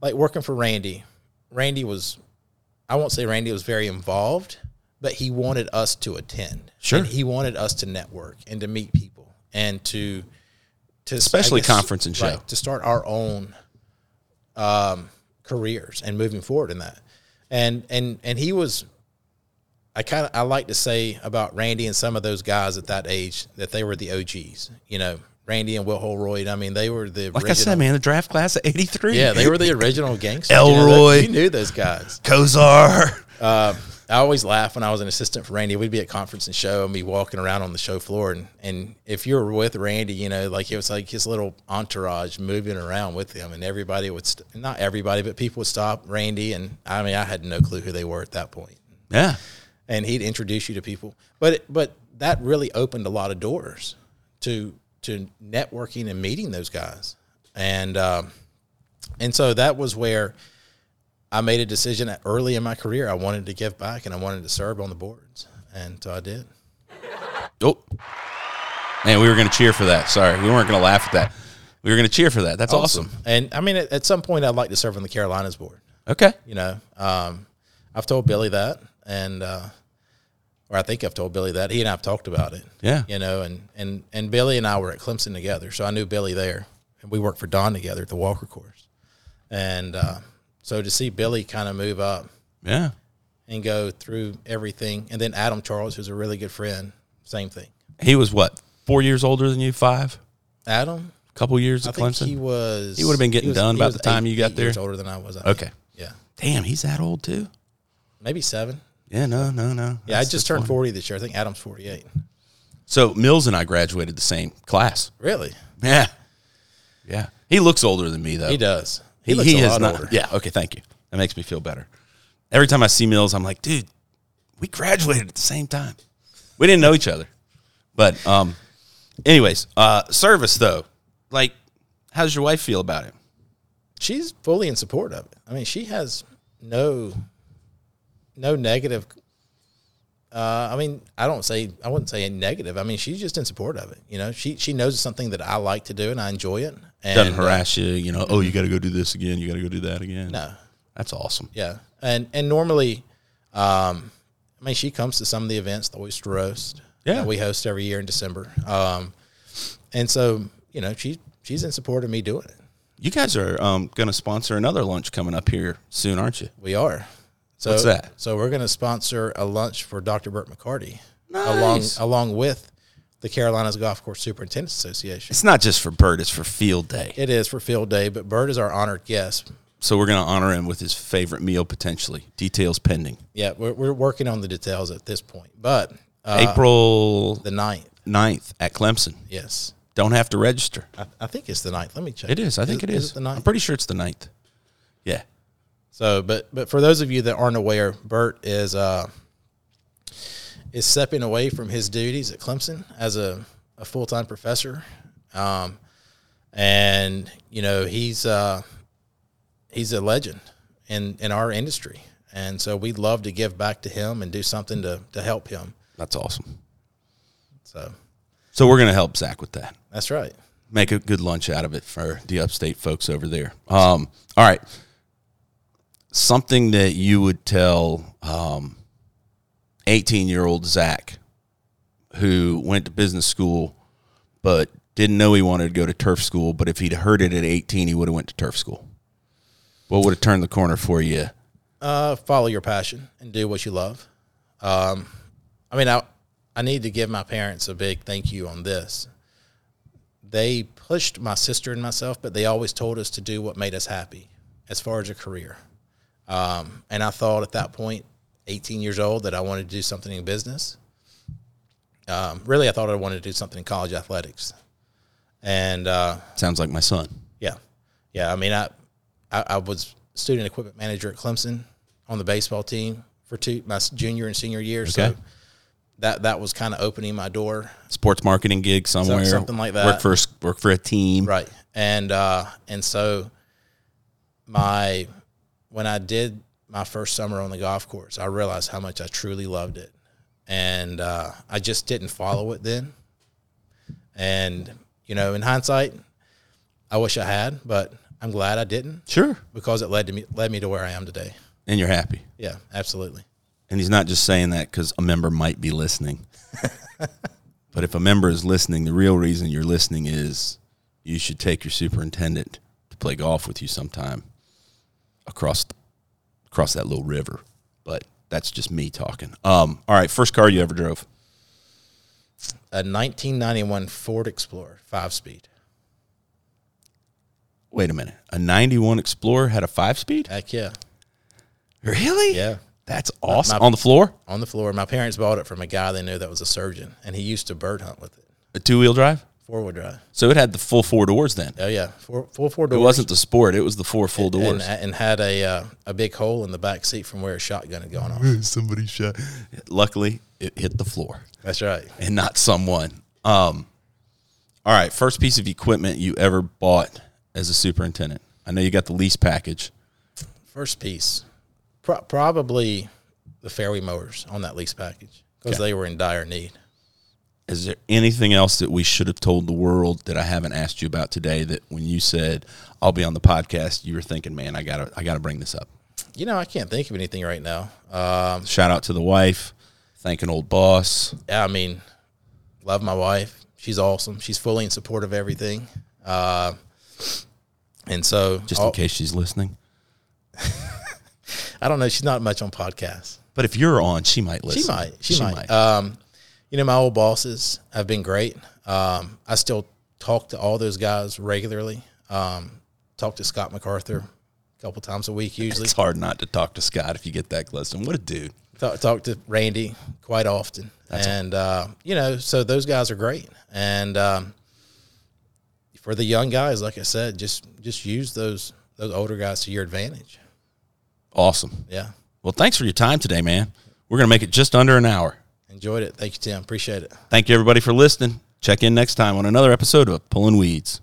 C: like working for Randy, Randy was I won't say Randy was very involved, but he wanted us to attend.
B: Sure.
C: And he wanted us to network and to meet people and to to
B: Especially
C: I
B: conference and show.
C: to start our own um, careers and moving forward in that. And and and he was I kind of I like to say about Randy and some of those guys at that age that they were the OGs. You know, Randy and Will Holroyd. I mean, they were the
B: Like I
C: original.
B: said, man, the draft class of '83.
C: yeah, they were the original gangsters.
B: Elroy.
C: you, know, that- you knew those guys.
B: Kozar.
C: I always laugh when I was an assistant for Randy. We'd be at conference and show and be walking around on the show floor, and and if you were with Randy, you know, like it was like his little entourage moving around with him, and everybody would st- not everybody, but people would stop Randy, and I mean, I had no clue who they were at that point.
B: Yeah.
C: and he'd introduce you to people. But but that really opened a lot of doors to to networking and meeting those guys, and um, and so that was where I made a decision that early in my career. I wanted to give back and I wanted to serve on the boards, and so I did.
B: Oh. Man, we were going to cheer for that. Sorry, we weren't going to laugh at that. We were going to cheer for that. That's awesome.
C: And I mean, at, at some point, I'd like to serve on the Carolinas board.
B: Okay.
C: You know, um, I've told Billy that, and uh, or I think I've told Billy that. He and I've talked about it.
B: Yeah.
C: you know, and and and Billy and I were at Clemson together, so I knew Billy there, and we worked for Don together at the Walker course, and uh, so to see Billy kind of move up
B: Yeah.
C: and go through everything, and then Adam Charles, who's a really good friend, same thing.
B: He was what four years older than you, five,
C: Adam,
B: a couple years
C: I
B: at
C: think
B: Clemson.
C: he was
B: He would've been getting
C: was-
B: done
C: he
B: about
C: was
B: the time
C: eight-
B: you got
C: eight years
B: there?
C: older than I was. I think.
B: okay.
C: yeah,
B: Damn, he's that old too.
C: maybe seven.
B: Yeah. No. No. No.
C: Yeah,
B: That's
C: I just
B: the
C: turned
B: point.
C: forty this year. I think Adam's forty-eight.
B: So Mills and I graduated the same class.
C: Really,
B: Yeah. Yeah. He looks older than me though.
C: he does. He, looks a
B: is
C: lot
B: not-
C: older.
B: Yeah. Okay. Thank you. That makes me feel better. Every time I see Mills, I'm like, dude, we graduated at the same time. We didn't know each other, but um, anyways, uh, service though, like, how does your wife feel about it?
C: she's fully in support of it. I mean, she has no no negative uh, I mean, I don't say I wouldn't say negative. I mean, she's just in support of it. You know, she she knows it's something that I like to do and I enjoy it. And,
B: Doesn't
C: uh,
B: harass you, you know. Oh, you got to go do this again. You got to go do that again.
C: No.
B: that's awesome.
C: Yeah, and and normally, um, I mean, she comes to some of the events, the oyster roast
B: Yeah.
C: that we host every year in December. Um, and so you know, she she's in support of me doing it.
B: You guys are um, going to sponsor another lunch coming up here soon, aren't you?
C: We are. So,
B: What's that?
C: So we're going to sponsor a lunch for Dr. Burt McCarty,
B: Nice.
C: along along with the Carolinas Golf Course Superintendent Association.
B: It's not just for Bert; it's for Field Day.
C: It is for field day, but Bert is our honored guest.
B: So we're going to honor him with his favorite meal potentially. Details pending.
C: Yeah, we're, we're working on the details at this point, but uh,
B: April
C: the 9th,
B: 9th at Clemson.
C: yes,
B: Don't have to register.
C: I, I think it's the 9th. Let me check.
B: It is. I think it is.
C: the
B: I'm
C: 9th.
B: pretty sure it's the 9th. Yeah.
C: So, but but for those of you that aren't aware, Bert is uh is stepping away from his duties at Clemson as a, a full time professor, um, and you know he's uh, he's a legend in in our industry, and so we'd love to give back to him and do something to to help him.
B: That's awesome.
C: So
B: So we're going to help Zach with that.
C: that's right.
B: Make a good lunch out of it for the upstate folks over there. Um, all right. Something that you would tell um, 18 year old Zach who went to business school but didn't know he wanted to go to turf school, but if he'd heard it at 18, he would have went to turf school. What would have turned the corner for you?
C: Uh, follow your passion and do what you love. Um, I mean, I I need to give my parents a big thank you on this. They pushed my sister and myself, but they always told us to do what made us happy, as far as a career. Um, and I thought at that point, 18 years old, that I wanted to do something in business. Um, really, I thought I wanted to do something in college athletics, and uh,
B: Sounds like my son.
C: yeah, yeah. I mean, I, I, I was student equipment manager at Clemson on the baseball team for two my junior and senior year. So
B: Okay.
C: that that was kind of opening my door,
B: Sports marketing gig somewhere,
C: something like that.
B: Work for a s- work for a team.
C: right? And uh, and so my when I did my first summer on the golf course, I realized how much I truly loved it, and uh, I just didn't follow it then. And you know, in hindsight, I wish I had, but I'm glad I didn't.
B: Sure.
C: because it led to me led me to where I am today.
B: And you're happy.
C: Yeah, absolutely.
B: And he's not just saying that because a member might be listening. but if a member is listening, the real reason you're listening is you should take your superintendent to play golf with you sometime across across that little river. But that's just me talking. Um, all right, first car you ever drove?
C: A 1991 Ford Explorer five speed.
B: Wait a minute, a '91 Explorer had a five-speed?
C: Heck yeah,
B: Really?
C: yeah.
B: That's awesome. On the floor,
C: On the floor. My parents bought it from a guy they knew that was a surgeon, and he used to bird hunt with it.
B: a two-wheel drive.
C: Four wheel drive.
B: So it had the full four doors then.
C: Oh yeah, four full four
B: It
C: doors.
B: wasn't the sport; it was the four full
C: and,
B: doors.
C: and had a uh, a big hole in the back seat from where a shotgun had gone off.
B: Somebody shot. Luckily, it hit the floor
C: That's right.
B: and not someone. Um, all right, first piece of equipment you ever bought as a superintendent. I know you got the lease package.
C: First piece, pro- probably the fairway mowers on that lease package because they were in dire need.
B: Is there anything else that we should have told the world that I haven't asked you about today? That when you said I'll be on the podcast, you were thinking, "Man, I gotta, I gotta bring this up."
C: You know, I can't think of anything right now. Um,
B: Shout out to the wife. Thank an old boss.
C: yeah, I mean, love my wife. She's awesome. She's fully in support of everything. Uh, and so,
B: Just in case she's listening.
C: I don't know. She's not much on podcasts.
B: But if you're on, she might listen.
C: She might. She, might. Um, you know, my old bosses have been great. Um, I still talk to all those guys regularly. Um, talk to Scott MacArthur a couple times a week usually.
B: It's hard not to talk to Scott if you get that close to him. What a dude.
C: talk, talk to Randy quite often, and uh, you know, so those guys are great. And um, for the young guys, like I said, just just use those those older guys to your advantage.
B: Awesome.
C: Yeah,
B: Well, thanks for your time today, man. We're going to make it just under an hour.
C: enjoyed it. Thank you, Tim. Appreciate it.
B: Thank you, everybody, for listening. Check in next time on another episode of Pulling Weeds.